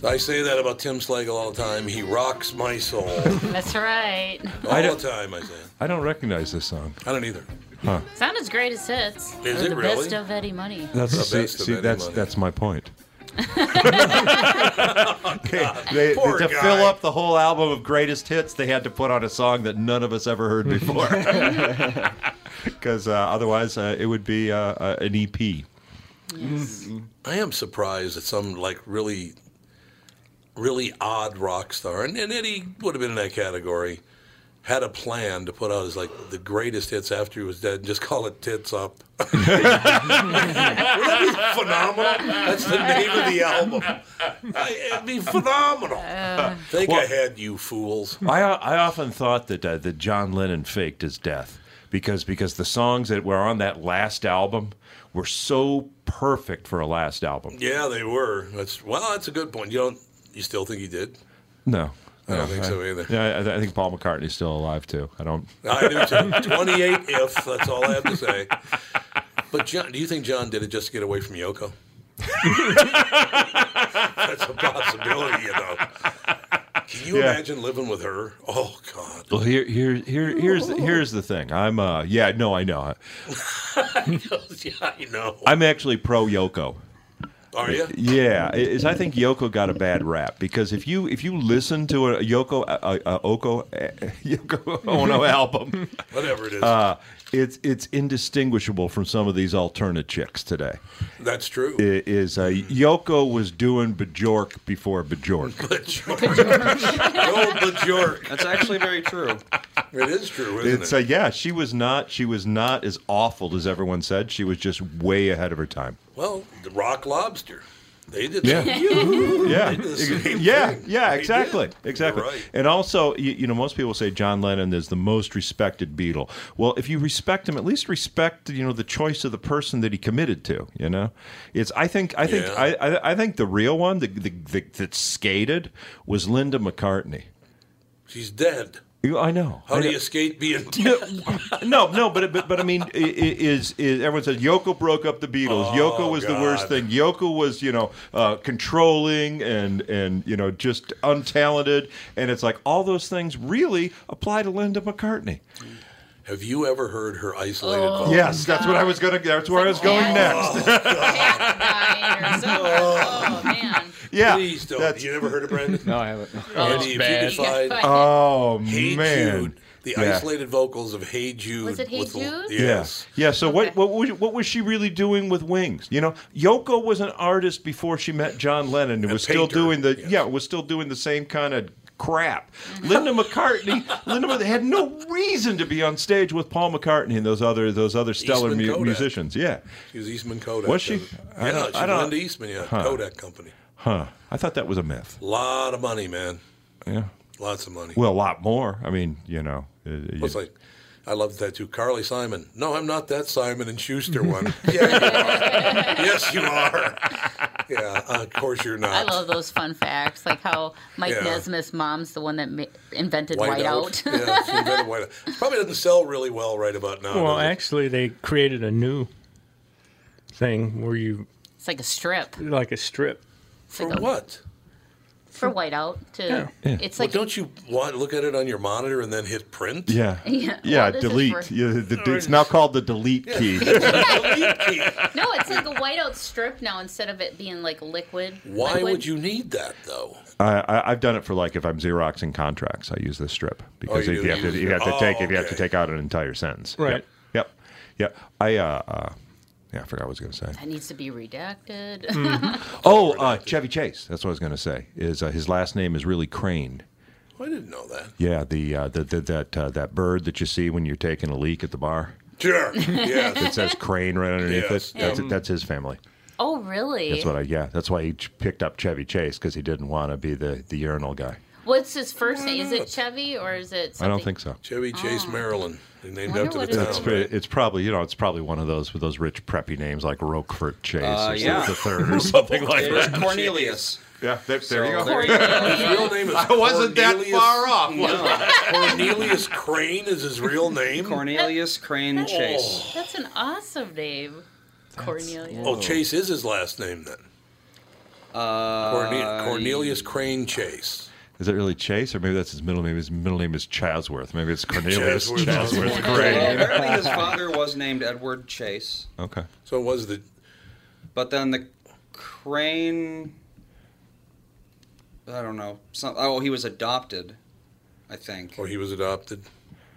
[SPEAKER 1] I say that about Tim Slagle all the time. He rocks my soul
[SPEAKER 2] That's right.
[SPEAKER 1] all the time. I say.
[SPEAKER 6] I don't recognize this song.
[SPEAKER 1] I don't either.
[SPEAKER 2] It's not as great as hits.
[SPEAKER 1] Is
[SPEAKER 2] Or
[SPEAKER 1] it
[SPEAKER 2] the
[SPEAKER 1] really?
[SPEAKER 2] best of Eddie Money.
[SPEAKER 6] That's
[SPEAKER 1] The
[SPEAKER 6] see,
[SPEAKER 1] best of
[SPEAKER 6] see,
[SPEAKER 1] any
[SPEAKER 6] that's
[SPEAKER 1] money.
[SPEAKER 6] that's my
[SPEAKER 8] [LAUGHS]
[SPEAKER 6] point. okay,
[SPEAKER 8] They,
[SPEAKER 1] Poor
[SPEAKER 8] to
[SPEAKER 1] guy.
[SPEAKER 8] fill up the whole album of greatest hits, they had to put on a song that none of us ever heard before.
[SPEAKER 6] because uh, otherwise uh, it would be uh, uh, an
[SPEAKER 8] E
[SPEAKER 6] EP.
[SPEAKER 1] I am surprised that some like really, really odd rock star, and, and Eddie would have been in that category, had a plan to put out his like the greatest hits after he was dead. and Just [LAUGHS] call it Tits Up. Would that be phenomenal? That's the name of the album. I, it'd be phenomenal. Think ahead, you fools.
[SPEAKER 6] I I often thought that uh, that John Lennon faked his death because because the songs that were on that last album were so perfect for a last album.
[SPEAKER 1] Yeah, they were. That's well. That's a good point. You don't. You still think he did?
[SPEAKER 6] No.
[SPEAKER 1] I don't think so either.
[SPEAKER 6] Yeah, I, I think Paul McCartney's still alive too. I don't.
[SPEAKER 1] I do too. 28 if, that's all I have to say. But John, do you think John did it just to get away from Yoko? [LAUGHS] that's a possibility, you know. Can you
[SPEAKER 6] Yeah.
[SPEAKER 1] imagine living with her? Oh, God.
[SPEAKER 6] Well, here, here, here, here's the, here's the thing. I'm uh, yeah, no, I know.
[SPEAKER 1] [LAUGHS] yeah, I know.
[SPEAKER 6] I'm actually pro Yoko.
[SPEAKER 1] Are you?
[SPEAKER 6] Yeah, is I think Yoko got a bad rap because if you if you listen to a Yoko a, a Oko [LAUGHS] Yoko Ono album,
[SPEAKER 1] Whatever it is.
[SPEAKER 6] uh, it's it's indistinguishable from some of these alternate chicks today.
[SPEAKER 1] that's true.
[SPEAKER 6] I- Is uh, Yoko was doing Bajork before Bajork.
[SPEAKER 1] [LAUGHS] but Bajork. no, but Bajork.
[SPEAKER 3] That's actually very true.
[SPEAKER 1] It is true, isn't
[SPEAKER 6] It's
[SPEAKER 1] it?
[SPEAKER 6] uh, yeah, she was not she was not as awful as everyone said. She was just way ahead of her time.
[SPEAKER 1] well, the Rock Lobster. They did
[SPEAKER 6] Yeah. [LAUGHS]
[SPEAKER 1] that.
[SPEAKER 6] yeah,
[SPEAKER 1] did the same
[SPEAKER 6] yeah,
[SPEAKER 1] thing.
[SPEAKER 6] yeah,
[SPEAKER 1] They
[SPEAKER 6] exactly,
[SPEAKER 1] did.
[SPEAKER 6] exactly.
[SPEAKER 1] You're right.
[SPEAKER 6] And also, you, you know, most people say John Lennon is the most respected Beatle. Well, if you respect him, at least respect you know the choice of the person that he committed to. You know, it's I think I think
[SPEAKER 1] Yeah.
[SPEAKER 6] I, I I think the real one the, the, the, that skated was Linda McCartney.
[SPEAKER 1] She's dead.
[SPEAKER 6] You- I know.
[SPEAKER 1] How
[SPEAKER 6] I
[SPEAKER 1] do
[SPEAKER 6] know.
[SPEAKER 1] you escape being dead?
[SPEAKER 6] no, no, but but, but I mean, i- i- is is everyone says Yoko broke up the Beatles? Yoko was the worst
[SPEAKER 1] God.
[SPEAKER 6] thing. Yoko was you know uh, controlling and and you know just untalented, and it's like all those things really apply to Linda McCartney.
[SPEAKER 1] Have you ever heard her isolated
[SPEAKER 2] Oh.
[SPEAKER 1] voice?
[SPEAKER 6] yes, that's what I was gonna. That's where I was
[SPEAKER 1] "Oh,
[SPEAKER 6] going
[SPEAKER 2] Yes.
[SPEAKER 6] next.
[SPEAKER 2] Cat died
[SPEAKER 1] [LAUGHS]
[SPEAKER 2] or something. Oh, man.
[SPEAKER 6] Yeah.
[SPEAKER 1] Please don't.
[SPEAKER 6] that's-
[SPEAKER 1] you never heard of Brandon?
[SPEAKER 9] [LAUGHS] No, I haven't.
[SPEAKER 1] Andy, if you could find
[SPEAKER 6] oh
[SPEAKER 1] Hey
[SPEAKER 6] man.
[SPEAKER 1] Jude, the
[SPEAKER 6] Yeah.
[SPEAKER 1] isolated vocals of Hey Jude.
[SPEAKER 2] Was it Hey
[SPEAKER 1] with the-
[SPEAKER 2] Jude?
[SPEAKER 1] Yes.
[SPEAKER 6] Yeah. Yeah. So
[SPEAKER 2] Okay.
[SPEAKER 6] what what was, what was she really doing with Wings? You know, Yoko was an artist before she met John Lennon. and was still
[SPEAKER 1] painter,
[SPEAKER 6] doing the
[SPEAKER 1] yes.
[SPEAKER 6] yeah was still doing the same kind of crap. Linda McCartney, [LAUGHS] Linda Mc- had no reason to be on stage with Paul McCartney and those other those other stellar
[SPEAKER 1] Eastman
[SPEAKER 6] mu-
[SPEAKER 1] Kodak.
[SPEAKER 6] musicians. Yeah.
[SPEAKER 1] She was Eastman Kodak.
[SPEAKER 6] Was she? I
[SPEAKER 1] yeah,
[SPEAKER 6] don't-
[SPEAKER 1] she's
[SPEAKER 6] I don't-
[SPEAKER 1] Linda Eastman, yeah. Kodak Company.
[SPEAKER 6] Huh. I thought that was a myth.
[SPEAKER 1] A lot of money, man.
[SPEAKER 6] Yeah.
[SPEAKER 1] Lots of money.
[SPEAKER 6] Well, a lot more. I mean, you know. uh, you-
[SPEAKER 1] It's like, I love that too. Carly Simon. No, I'm not that Simon and
[SPEAKER 6] [LAUGHS]
[SPEAKER 1] Schuster one. yeah, you
[SPEAKER 2] [LAUGHS]
[SPEAKER 1] are. yes, you are. Yeah, of course you're not.
[SPEAKER 2] [LAUGHS] I love those fun facts, like how Mike
[SPEAKER 1] Yeah.
[SPEAKER 2] Nesmith's mom's the one that ma- invented Whiteout.
[SPEAKER 1] yeah, she invented white out. Probably doesn't sell really well right about now.
[SPEAKER 5] Well,
[SPEAKER 1] does it?
[SPEAKER 5] actually, they created a new thing where you
[SPEAKER 2] [LAUGHS] it's like a strip
[SPEAKER 5] like a strip.
[SPEAKER 1] for what?
[SPEAKER 2] for Whiteout. To it's
[SPEAKER 1] Well,
[SPEAKER 2] like
[SPEAKER 1] don't you want look at it on your monitor and then hit print?
[SPEAKER 6] yeah.
[SPEAKER 2] [LAUGHS] Yeah.
[SPEAKER 6] Yeah,
[SPEAKER 2] Well, this is
[SPEAKER 6] delete.
[SPEAKER 2] for-
[SPEAKER 6] Yeah, the- the- it's now called the delete key.
[SPEAKER 2] no, it's like a Whiteout strip now instead of it being like liquid.
[SPEAKER 1] Why
[SPEAKER 2] liquid.
[SPEAKER 1] would you need that though?
[SPEAKER 6] I, I, I've done it for like if I'm xeroxing contracts, I use this strip because
[SPEAKER 1] Oh, you
[SPEAKER 6] if
[SPEAKER 1] do
[SPEAKER 6] you have
[SPEAKER 1] use
[SPEAKER 6] to, you
[SPEAKER 1] it.
[SPEAKER 6] have to
[SPEAKER 1] Oh,
[SPEAKER 6] take if you have to
[SPEAKER 1] okay.
[SPEAKER 6] take out an entire sentence.
[SPEAKER 5] Right.
[SPEAKER 6] Yep. Yep. yep. I uh, uh, yeah, I forgot what I was going to say.
[SPEAKER 2] That needs to be redacted.
[SPEAKER 6] Oh, uh, Chevy Chase. That's what I was going to say. Is uh, his last name is really Crane?
[SPEAKER 1] I didn't know that.
[SPEAKER 6] Yeah, the, uh, the, the that uh, that bird that you see when you're taking a leak at the bar.
[SPEAKER 1] Sure. Yeah.
[SPEAKER 6] [LAUGHS] It says Crane right underneath
[SPEAKER 1] Yes.
[SPEAKER 6] it. That's, that's his family.
[SPEAKER 2] [LAUGHS] oh, really?
[SPEAKER 6] That's what I yeah. That's why he ch- picked up Chevy Chase because he didn't want to be the the urinal guy.
[SPEAKER 2] What's his first name? Is it Chevy or is it?
[SPEAKER 6] I
[SPEAKER 2] Something?
[SPEAKER 6] don't think so.
[SPEAKER 1] Chevy Chase, Maryland. They named
[SPEAKER 2] Wonder
[SPEAKER 1] after the
[SPEAKER 2] what it
[SPEAKER 1] town.
[SPEAKER 2] is.
[SPEAKER 3] Oh,
[SPEAKER 6] It's, pre- it's probably you know it's probably one of those with those rich preppy names like Roquefort Chase
[SPEAKER 3] Uh,
[SPEAKER 6] or
[SPEAKER 3] yeah. [LAUGHS]
[SPEAKER 6] the third or something [LAUGHS] like
[SPEAKER 3] It is
[SPEAKER 6] that.
[SPEAKER 3] Cornelius.
[SPEAKER 6] Yeah, there,
[SPEAKER 3] So there
[SPEAKER 1] His real name is I
[SPEAKER 8] wasn't that far off, was
[SPEAKER 1] [LAUGHS] Cornelius Crane is his real name.
[SPEAKER 3] [LAUGHS] Cornelius
[SPEAKER 6] Oh.
[SPEAKER 3] Crane Chase.
[SPEAKER 2] That's an awesome name, Cornelia.
[SPEAKER 1] Oh, Chase is his last name then.
[SPEAKER 3] Uh,
[SPEAKER 1] Corne- Cornelius Crane Chase.
[SPEAKER 6] [LAUGHS] Is it really Chase, or maybe that's his middle name? His middle name is Chasworth. Maybe it's Cornelius
[SPEAKER 1] Chasworth.
[SPEAKER 6] Chasworth [LAUGHS]
[SPEAKER 1] Chasworth.
[SPEAKER 3] well,
[SPEAKER 6] Crane.
[SPEAKER 3] apparently his father was named Edward Chase,
[SPEAKER 6] Okay.
[SPEAKER 1] So it was the
[SPEAKER 3] but then the Crane. I don't know. Some, oh, he was adopted, I think.
[SPEAKER 1] or he was adopted.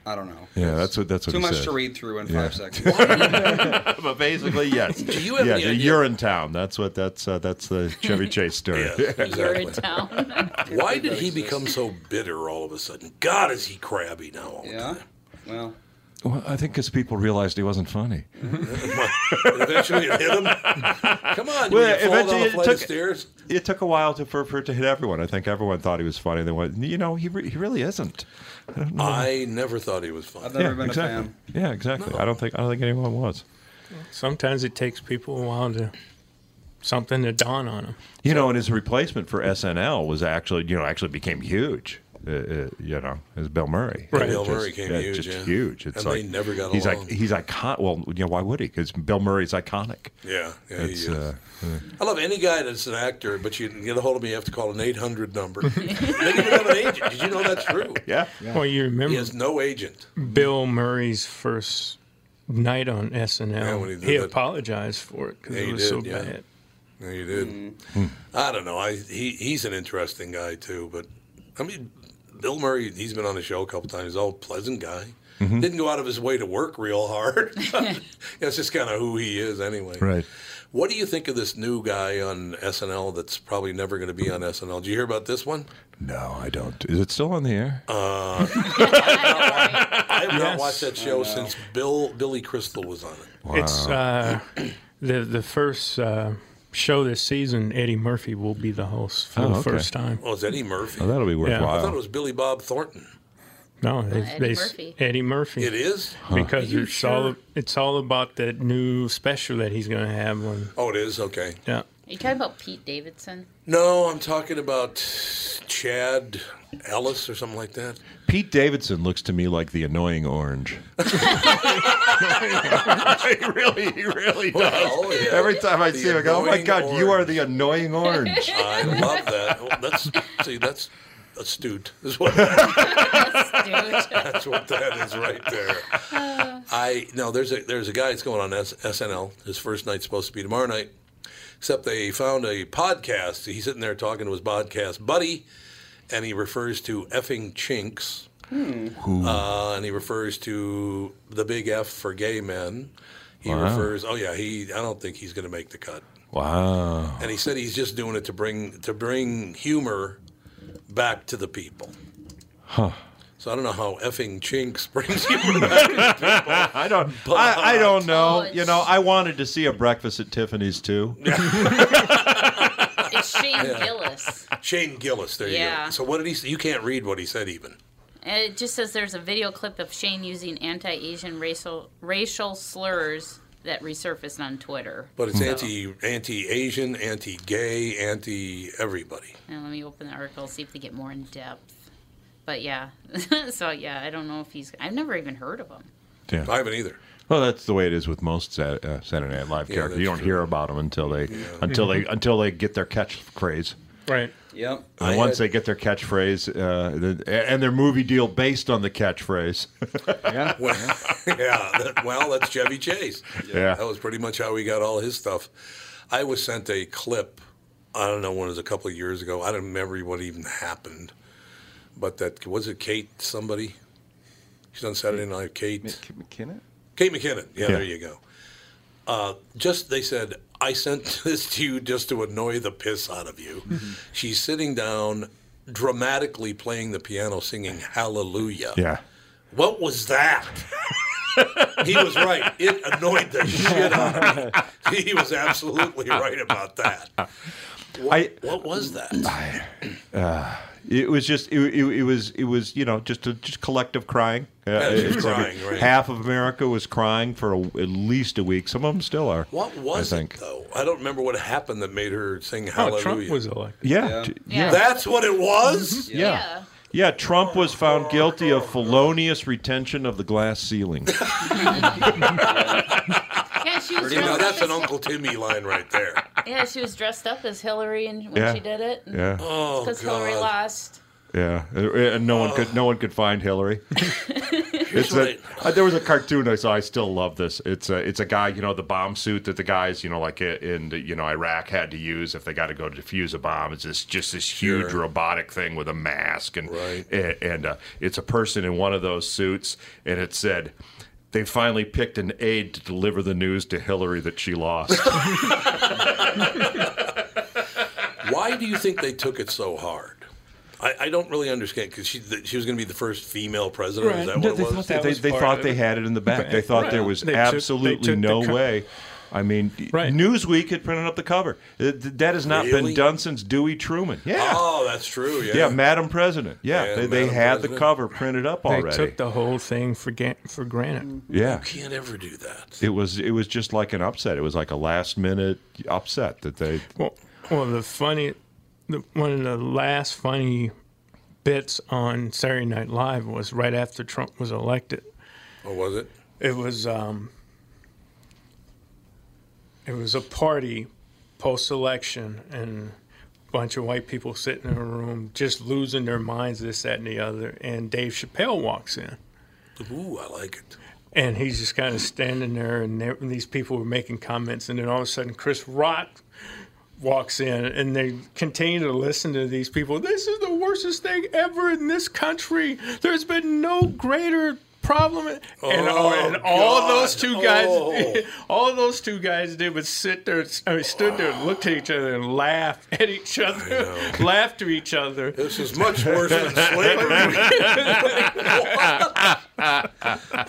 [SPEAKER 3] I don't know.
[SPEAKER 6] Yeah, that's what that's what
[SPEAKER 3] Too
[SPEAKER 6] he
[SPEAKER 3] much
[SPEAKER 6] said.
[SPEAKER 3] to read through in
[SPEAKER 6] Yeah.
[SPEAKER 3] five
[SPEAKER 6] [LAUGHS]
[SPEAKER 3] seconds.
[SPEAKER 8] but basically, yes.
[SPEAKER 1] Do you have
[SPEAKER 6] Yeah,
[SPEAKER 1] any
[SPEAKER 6] the
[SPEAKER 1] idea?
[SPEAKER 6] urine town. That's what that's uh, that's the Chevy Chase story.
[SPEAKER 1] [LAUGHS] Yes,
[SPEAKER 6] [LAUGHS]
[SPEAKER 1] exactly.
[SPEAKER 2] You're in [LAUGHS] town.
[SPEAKER 1] Why did he become so bitter all of a sudden? God, is he crabby now? All the
[SPEAKER 3] yeah.
[SPEAKER 1] time.
[SPEAKER 3] Well,
[SPEAKER 6] Well, I think because people realized he wasn't funny.
[SPEAKER 1] eventually [LAUGHS] it hit him. Come on,
[SPEAKER 6] Well,
[SPEAKER 1] you fall down
[SPEAKER 6] eventually
[SPEAKER 1] a
[SPEAKER 6] it
[SPEAKER 1] flight
[SPEAKER 6] took-
[SPEAKER 1] of stairs.
[SPEAKER 6] It took a while to, for, for it to hit everyone. I think everyone thought he was funny. They went, you know, he, re- he really isn't. I don't know.
[SPEAKER 1] I never thought he was
[SPEAKER 3] I've
[SPEAKER 1] funny.
[SPEAKER 3] never been
[SPEAKER 6] exactly.
[SPEAKER 3] a fan.
[SPEAKER 6] Yeah, exactly. I don't think I don't think anyone was.
[SPEAKER 5] Sometimes it takes people a while to something to dawn on them.
[SPEAKER 6] You know, and his replacement for SNL was actually, you know, actually became huge. Uh, uh, you know, is Bill Murray.
[SPEAKER 5] Right.
[SPEAKER 1] Bill
[SPEAKER 6] Just-
[SPEAKER 1] Murray came huge,
[SPEAKER 6] Just
[SPEAKER 1] yeah.
[SPEAKER 6] huge. It's
[SPEAKER 1] And
[SPEAKER 6] like
[SPEAKER 1] they never got
[SPEAKER 6] he's
[SPEAKER 1] along.
[SPEAKER 6] Like, he's iconic. Well, you know, why would he? Because Bill Murray's iconic.
[SPEAKER 1] Yeah, yeah, he
[SPEAKER 6] It's,
[SPEAKER 1] is.
[SPEAKER 6] uh,
[SPEAKER 1] I love any guy that's an actor, but you can get a hold of me, you have to call an 800
[SPEAKER 6] [LAUGHS]
[SPEAKER 1] number. they don't even have an agent. Did you know that's true?
[SPEAKER 6] yeah.
[SPEAKER 5] Well, you remember
[SPEAKER 1] He has no agent.
[SPEAKER 5] Bill Murray's first night on SNL.
[SPEAKER 1] Yeah, when he did
[SPEAKER 5] he
[SPEAKER 1] that-
[SPEAKER 5] apologized for it because
[SPEAKER 1] Yeah,
[SPEAKER 5] it
[SPEAKER 1] he
[SPEAKER 5] was
[SPEAKER 1] did,
[SPEAKER 5] so
[SPEAKER 1] yeah.
[SPEAKER 5] bad.
[SPEAKER 1] No, you did.
[SPEAKER 6] Hmm.
[SPEAKER 1] I don't know. I he, he's an interesting guy too, but I mean, Bill Murray. He's been on the show a couple times. He's all pleasant guy.
[SPEAKER 6] Mm-hmm.
[SPEAKER 1] Didn't go out of his way to work real hard. [LAUGHS] That's just kind of who he is, anyway.
[SPEAKER 6] Right.
[SPEAKER 1] What do you think of this new guy on SNL? That's probably never going to be on SNL. Did you hear about this one?
[SPEAKER 6] No, I don't. Is it still on the air?
[SPEAKER 1] Uh, I have not watched that show since Bill Billy Crystal was on it.
[SPEAKER 5] It's
[SPEAKER 1] [CLEARS THROAT]
[SPEAKER 5] uh, the the first uh, show this season. Eddie Murphy will be the host for
[SPEAKER 6] Oh,
[SPEAKER 5] the
[SPEAKER 6] okay.
[SPEAKER 5] first time.
[SPEAKER 1] Oh, it's Eddie Murphy.
[SPEAKER 6] Oh, that'll be
[SPEAKER 1] I
[SPEAKER 6] worthwhile.
[SPEAKER 1] thought it was Billy Bob Thornton.
[SPEAKER 5] No, they,
[SPEAKER 2] Eddie
[SPEAKER 5] they s-
[SPEAKER 2] Murphy.
[SPEAKER 5] Eddie Murphy.
[SPEAKER 1] It is.
[SPEAKER 5] because
[SPEAKER 2] Are you
[SPEAKER 5] it's all
[SPEAKER 2] sure?
[SPEAKER 5] it's all about that new special that he's going to have on.
[SPEAKER 1] Oh, it is. Okay.
[SPEAKER 5] Yeah,
[SPEAKER 2] Are you talking about Pete Davidson?
[SPEAKER 1] No, I'm talking about Chad Ellis or something like that.
[SPEAKER 6] Pete Davidson looks to me like the
[SPEAKER 1] [LAUGHS]
[SPEAKER 6] annoying orange. he really, he really does.
[SPEAKER 1] Well, oh, yeah.
[SPEAKER 6] Every time I
[SPEAKER 1] The
[SPEAKER 6] see him, I go, "Oh my
[SPEAKER 1] annoying
[SPEAKER 6] God, you are
[SPEAKER 1] orange."
[SPEAKER 6] the annoying
[SPEAKER 1] [LAUGHS]
[SPEAKER 6] orange." [LAUGHS]
[SPEAKER 1] I love that. Well, that's see, that's astute. Is what
[SPEAKER 2] Dude.
[SPEAKER 1] that's what that is right there. I no, there's a there's a guy that's going on S, SNL. His first night's supposed to be tomorrow night. Except they found a podcast. He's sitting there talking to his podcast buddy, and he refers to effing chinks. Uh, and he refers to the big F for gay men. He refers. Oh yeah, he. I don't think he's going to make the cut.
[SPEAKER 6] Wow.
[SPEAKER 1] and he said he's just doing it to bring to bring humor back to the people. Huh. So I don't know how effing chinks [LAUGHS] brings humor back.
[SPEAKER 6] I don't. I,
[SPEAKER 1] [LAUGHS]
[SPEAKER 6] I don't know.
[SPEAKER 2] Oh,
[SPEAKER 6] You know, I wanted to see a breakfast at Tiffany's too.
[SPEAKER 2] It's Shane Gillis.
[SPEAKER 1] Shane Gillis, there you
[SPEAKER 2] Yeah.
[SPEAKER 1] go. So what did he say? You can't read what he said even.
[SPEAKER 2] And it just says there's a video clip of Shane using anti-Asian racial racial slurs that resurfaced on Twitter.
[SPEAKER 1] But it's anti anti Asian, anti gay, anti everybody.
[SPEAKER 2] And let me open the article, see if they get more in depth. But yeah, [LAUGHS] so yeah, I don't know if he's. I've never even heard of him.
[SPEAKER 1] I haven't either.
[SPEAKER 6] Well, that's the way it is with most Sat- uh, Saturday Night Live
[SPEAKER 1] Yeah,
[SPEAKER 6] characters. You
[SPEAKER 1] that's
[SPEAKER 6] don't
[SPEAKER 1] true.
[SPEAKER 6] hear about them until they until
[SPEAKER 1] [LAUGHS]
[SPEAKER 6] they until they get their catchphrase.
[SPEAKER 5] right.
[SPEAKER 3] Yep.
[SPEAKER 6] And
[SPEAKER 1] I
[SPEAKER 6] once
[SPEAKER 1] had-
[SPEAKER 6] they get their catchphrase uh, the- and their movie deal based on the catchphrase,
[SPEAKER 1] Well, yeah. That, well, that's Chevy Chase.
[SPEAKER 6] Yeah.
[SPEAKER 1] That was pretty much how he got all his stuff. I was sent a clip. I don't know when it was a couple of years ago. I don't remember what even happened. But that was it. Kate somebody. She's on Saturday Night. Kate.
[SPEAKER 9] McKinnon?
[SPEAKER 1] Kate McKinnon. Yeah,
[SPEAKER 6] Yeah.
[SPEAKER 1] there you go. Uh, just they said, I sent [LAUGHS] this to you just to annoy the piss out of you. She's sitting down, dramatically playing the piano, singing Hallelujah.
[SPEAKER 6] yeah,
[SPEAKER 1] What was that? he was right. It annoyed the shit out of me. He was absolutely right about that. What,
[SPEAKER 6] I-
[SPEAKER 1] what was that?
[SPEAKER 6] it was just it, it, it was it was you know just a, just collective crying. Uh,
[SPEAKER 1] just
[SPEAKER 6] it's like
[SPEAKER 1] crying, right.
[SPEAKER 6] Half of America was crying for a, at least a week. Some of them still are.
[SPEAKER 1] What was
[SPEAKER 6] I
[SPEAKER 1] it
[SPEAKER 6] think.
[SPEAKER 1] though? I don't remember what happened that made her sing
[SPEAKER 5] Oh,
[SPEAKER 1] Hallelujah.
[SPEAKER 5] Trump was elected.
[SPEAKER 6] Yeah,
[SPEAKER 3] Yeah.
[SPEAKER 6] t-
[SPEAKER 2] Yeah.
[SPEAKER 1] That's what it was.
[SPEAKER 6] yeah. Yeah, Trump was found guilty of felonious retention of the
[SPEAKER 1] [LAUGHS]
[SPEAKER 6] glass ceiling.
[SPEAKER 2] Yeah, she was.
[SPEAKER 1] You know,
[SPEAKER 2] dressed
[SPEAKER 1] that's
[SPEAKER 2] up
[SPEAKER 1] an
[SPEAKER 2] as-
[SPEAKER 1] Uncle Timmy line right there.
[SPEAKER 2] yeah, she was dressed up as Hillary and when
[SPEAKER 6] Yeah.
[SPEAKER 2] she did it. and
[SPEAKER 6] Yeah.
[SPEAKER 2] It's
[SPEAKER 1] Oh,
[SPEAKER 2] because Hillary
[SPEAKER 1] God.
[SPEAKER 2] lost.
[SPEAKER 6] Yeah, Uh, and no one
[SPEAKER 1] Oh.
[SPEAKER 6] could no one could find
[SPEAKER 1] [LAUGHS]
[SPEAKER 6] Hillary. it's
[SPEAKER 1] right.
[SPEAKER 6] a, uh, there was a cartoon I saw. I still love this. It's a it's a guy you know the bomb suit that the guys you know like i- in the, you know Iraq had to use if they got to go defuse a bomb. It's this just this huge
[SPEAKER 1] Sure.
[SPEAKER 6] robotic thing with a mask and
[SPEAKER 1] Right.
[SPEAKER 6] a- and uh, it's a person in one of those suits, and it said. They finally picked an aide to deliver the news to Hillary that she lost.
[SPEAKER 1] [LAUGHS] Why do you think they took it so hard? I, I don't really understand because she the, she was going to be the first female president. Is that
[SPEAKER 6] No,
[SPEAKER 1] what it
[SPEAKER 6] they thought
[SPEAKER 1] was?
[SPEAKER 6] they,
[SPEAKER 5] That
[SPEAKER 6] they,
[SPEAKER 5] was
[SPEAKER 6] they
[SPEAKER 5] part
[SPEAKER 6] thought
[SPEAKER 5] of
[SPEAKER 6] they
[SPEAKER 5] it.
[SPEAKER 6] had it in the back. They thought there was
[SPEAKER 5] They took- they
[SPEAKER 6] absolutely
[SPEAKER 5] took the
[SPEAKER 6] no
[SPEAKER 5] co-
[SPEAKER 6] way. I mean,
[SPEAKER 5] Right.
[SPEAKER 6] Newsweek had printed up the cover. Th- th- That has not
[SPEAKER 1] Really?
[SPEAKER 6] been done since Dewey Truman. Yeah.
[SPEAKER 1] Oh, that's true. Yeah.
[SPEAKER 6] yeah, Madam President. Yeah,
[SPEAKER 1] Yeah,
[SPEAKER 6] they, they
[SPEAKER 1] Madam
[SPEAKER 6] had the
[SPEAKER 1] President.
[SPEAKER 6] cover printed up
[SPEAKER 5] They
[SPEAKER 6] already.
[SPEAKER 5] took the whole thing for ga- for granted.
[SPEAKER 2] Mm-hmm.
[SPEAKER 6] yeah,
[SPEAKER 1] Can't ever do that.
[SPEAKER 6] it was it was just like an upset. It was like a last minute upset that they.
[SPEAKER 5] Well, well, the funny, the, one of the last funny bits on Saturday Night Live was right after Trump was elected.
[SPEAKER 1] Or was it?
[SPEAKER 5] It was um, it was a party post election and a bunch of white people sitting in a room just losing their minds, this, that, and the other. And Dave Chappelle walks in.
[SPEAKER 1] Ooh, I like it.
[SPEAKER 5] And he's just kind of standing there, and, there, and these people were making comments, and then all of a sudden, Chris Rock walks in, and they continue to listen to these people. This is the worstest thing ever in this country. There's been no greater problem. And, all, and all
[SPEAKER 1] Oh, God.
[SPEAKER 5] those two guys,
[SPEAKER 1] Oh.
[SPEAKER 5] [LAUGHS] all those two guys did was sit there, I mean, stood there, looked at each other, and laugh at each other, [LAUGHS] laugh to each other.
[SPEAKER 1] This is much worse than [LAUGHS] slavery.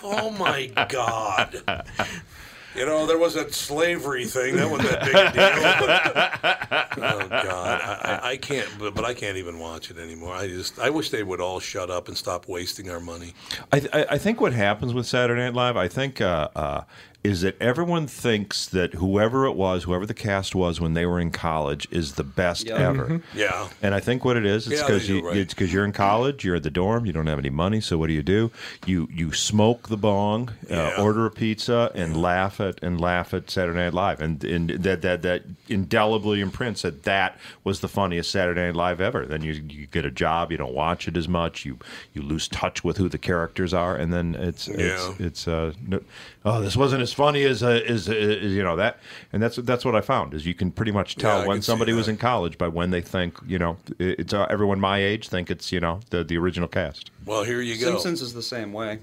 [SPEAKER 1] oh my God. You know, there was a slavery thing. That wasn't that big a deal. But, oh God, I, I, I can't. But, but I can't even watch it anymore. I just, I wish they would all shut up and stop wasting our money.
[SPEAKER 6] I, th- I I think what happens with Saturday Night Live, I think, uh, uh, is that everyone thinks that whoever it was, whoever the cast was when they were in college, is the best
[SPEAKER 3] Yeah.
[SPEAKER 6] ever.
[SPEAKER 5] Mm-hmm.
[SPEAKER 1] Yeah.
[SPEAKER 6] And I think what it is, it's
[SPEAKER 1] Yeah,
[SPEAKER 6] because
[SPEAKER 1] they do,
[SPEAKER 6] you,
[SPEAKER 1] right.
[SPEAKER 6] it's 'cause you're in college, you're at the dorm, you don't have any money. So what do you do? You you smoke the bong,
[SPEAKER 1] Yeah.
[SPEAKER 6] uh, order a pizza, and laugh at and laugh at Saturday Night Live, and and that that that indelibly imprints that that was the funniest Saturday Night Live ever. Then you you get a job, you don't watch it as much, you you lose touch with who the characters are, and then it's it's
[SPEAKER 1] Yeah.
[SPEAKER 6] it's uh no, oh this wasn't as funny as uh, as, uh, as you know that, and that's that's what I found is you can pretty much tell
[SPEAKER 1] I
[SPEAKER 6] when
[SPEAKER 1] can see
[SPEAKER 6] somebody was
[SPEAKER 1] that.
[SPEAKER 6] in college by when they think you know it- it's uh, everyone my age think it's you know the the original cast.
[SPEAKER 1] Well, here you go.
[SPEAKER 3] Simpsons is the same way.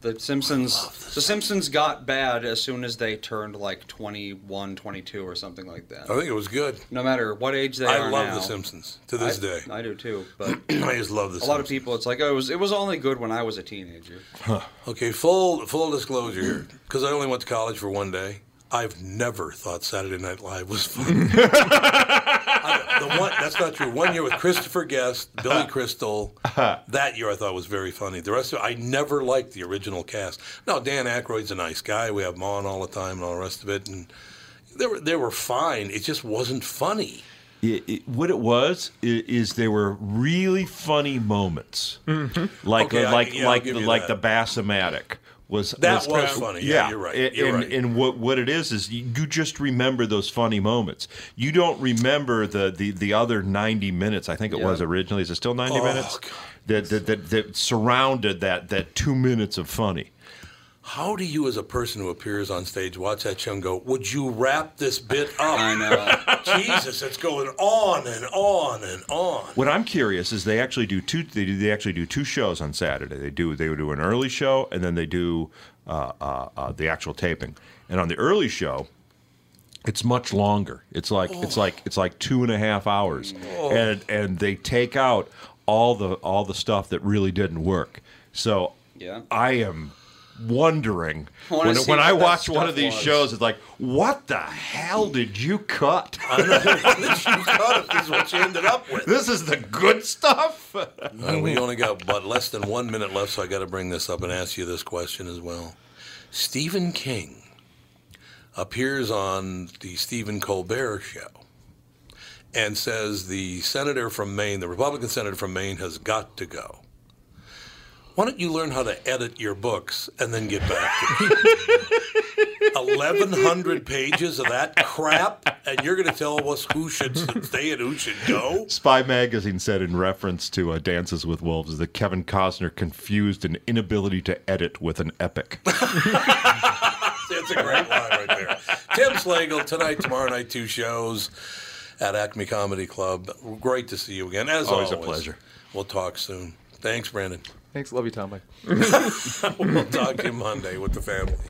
[SPEAKER 3] The Simpsons The Simpsons got bad as soon as they turned like 21, 22 or something like that.
[SPEAKER 1] I think it was good.
[SPEAKER 3] No matter what age they
[SPEAKER 1] Oh. I
[SPEAKER 3] are
[SPEAKER 1] love
[SPEAKER 3] now.
[SPEAKER 1] The Simpsons to this
[SPEAKER 3] I,
[SPEAKER 1] day.
[SPEAKER 3] I do too,
[SPEAKER 1] [CLEARS THROAT]
[SPEAKER 3] but
[SPEAKER 1] I just love The
[SPEAKER 3] a
[SPEAKER 1] Simpsons.
[SPEAKER 3] lot of people it's like, "Oh, it was it was only good when I was a teenager."
[SPEAKER 1] Okay, full full disclosure here, [CLEARS THROAT] because I only went to college for one day. I've never thought Saturday Night Live was fun. I- the one, that's not true. One year with Christopher Guest, Billy Crystal, that year I thought was very funny. The rest of I never liked the original cast. Now Dan Aykroyd's a nice guy. We have him on all the time and all the rest of it, and they were they were fine. It just wasn't funny.
[SPEAKER 6] It, it, what it was i- is, there were really funny moments, like
[SPEAKER 1] Mm-hmm. Okay, I-
[SPEAKER 6] like
[SPEAKER 1] yeah, I'll
[SPEAKER 6] like
[SPEAKER 1] give
[SPEAKER 6] the
[SPEAKER 1] you
[SPEAKER 6] like
[SPEAKER 1] that.
[SPEAKER 6] the Bassomatic was
[SPEAKER 1] That was funny. Yeah, you're right.
[SPEAKER 6] And,
[SPEAKER 1] You're
[SPEAKER 6] and-
[SPEAKER 1] right.
[SPEAKER 6] and what what it is is you you just remember those funny moments. You don't remember the the, the other ninety minutes. I think it was originally. Is it still ninety
[SPEAKER 1] Oh,
[SPEAKER 6] minutes?
[SPEAKER 1] God.
[SPEAKER 6] That, that that that surrounded that that two minutes of funny.
[SPEAKER 1] How do you, as a person who appears on stage, watch that show and go, "Would you wrap this bit up?"
[SPEAKER 3] I know.
[SPEAKER 1] Jesus, it's going on and on and on.
[SPEAKER 6] What I'm curious is they actually do two. They, do, they actually do two shows on Saturday. They do they do an early show and then they do uh, uh, uh, the actual taping. And on the early show, it's much longer. It's like it's
[SPEAKER 3] Oh.
[SPEAKER 6] like it's like two and a half hours, and and they take out all the all the stuff that really didn't work. So
[SPEAKER 3] Yeah.
[SPEAKER 6] I am wondering
[SPEAKER 3] I wanna
[SPEAKER 6] when,
[SPEAKER 3] see
[SPEAKER 6] when
[SPEAKER 3] what
[SPEAKER 6] I
[SPEAKER 3] that
[SPEAKER 6] watch one
[SPEAKER 3] stuff
[SPEAKER 6] of these
[SPEAKER 3] was.
[SPEAKER 6] shows, it's like, what the hell did you cut? [LAUGHS]
[SPEAKER 1] I know. [LAUGHS] you thought it, this is what you ended up with.
[SPEAKER 6] this is the good
[SPEAKER 1] [LAUGHS]
[SPEAKER 6] stuff.
[SPEAKER 1] All right, Uh, we only got but less than one minute left, so I got to bring this up and ask you this question as well. Stephen King appears on the Stephen Colbert show and says the senator from Maine, the Republican senator from Maine, has got to go. Why don't you learn how to edit your books and then get back to me? [LAUGHS] 1,100 pages of that crap, and you're going to tell us who should stay and who should go?
[SPEAKER 6] Spy magazine said in reference to uh, Dances with Wolves that Kevin Costner confused an inability to edit with an epic.
[SPEAKER 1] That's a great line right there. Tim Slagle, tonight, tomorrow night, two shows at Acme Comedy Club. Great to see you again. As always,
[SPEAKER 6] Always a pleasure.
[SPEAKER 1] We'll talk soon. Thanks, Brandon.
[SPEAKER 9] Thanks. Love you, Tom. Mike.
[SPEAKER 1] We'll talk to you Monday with the family.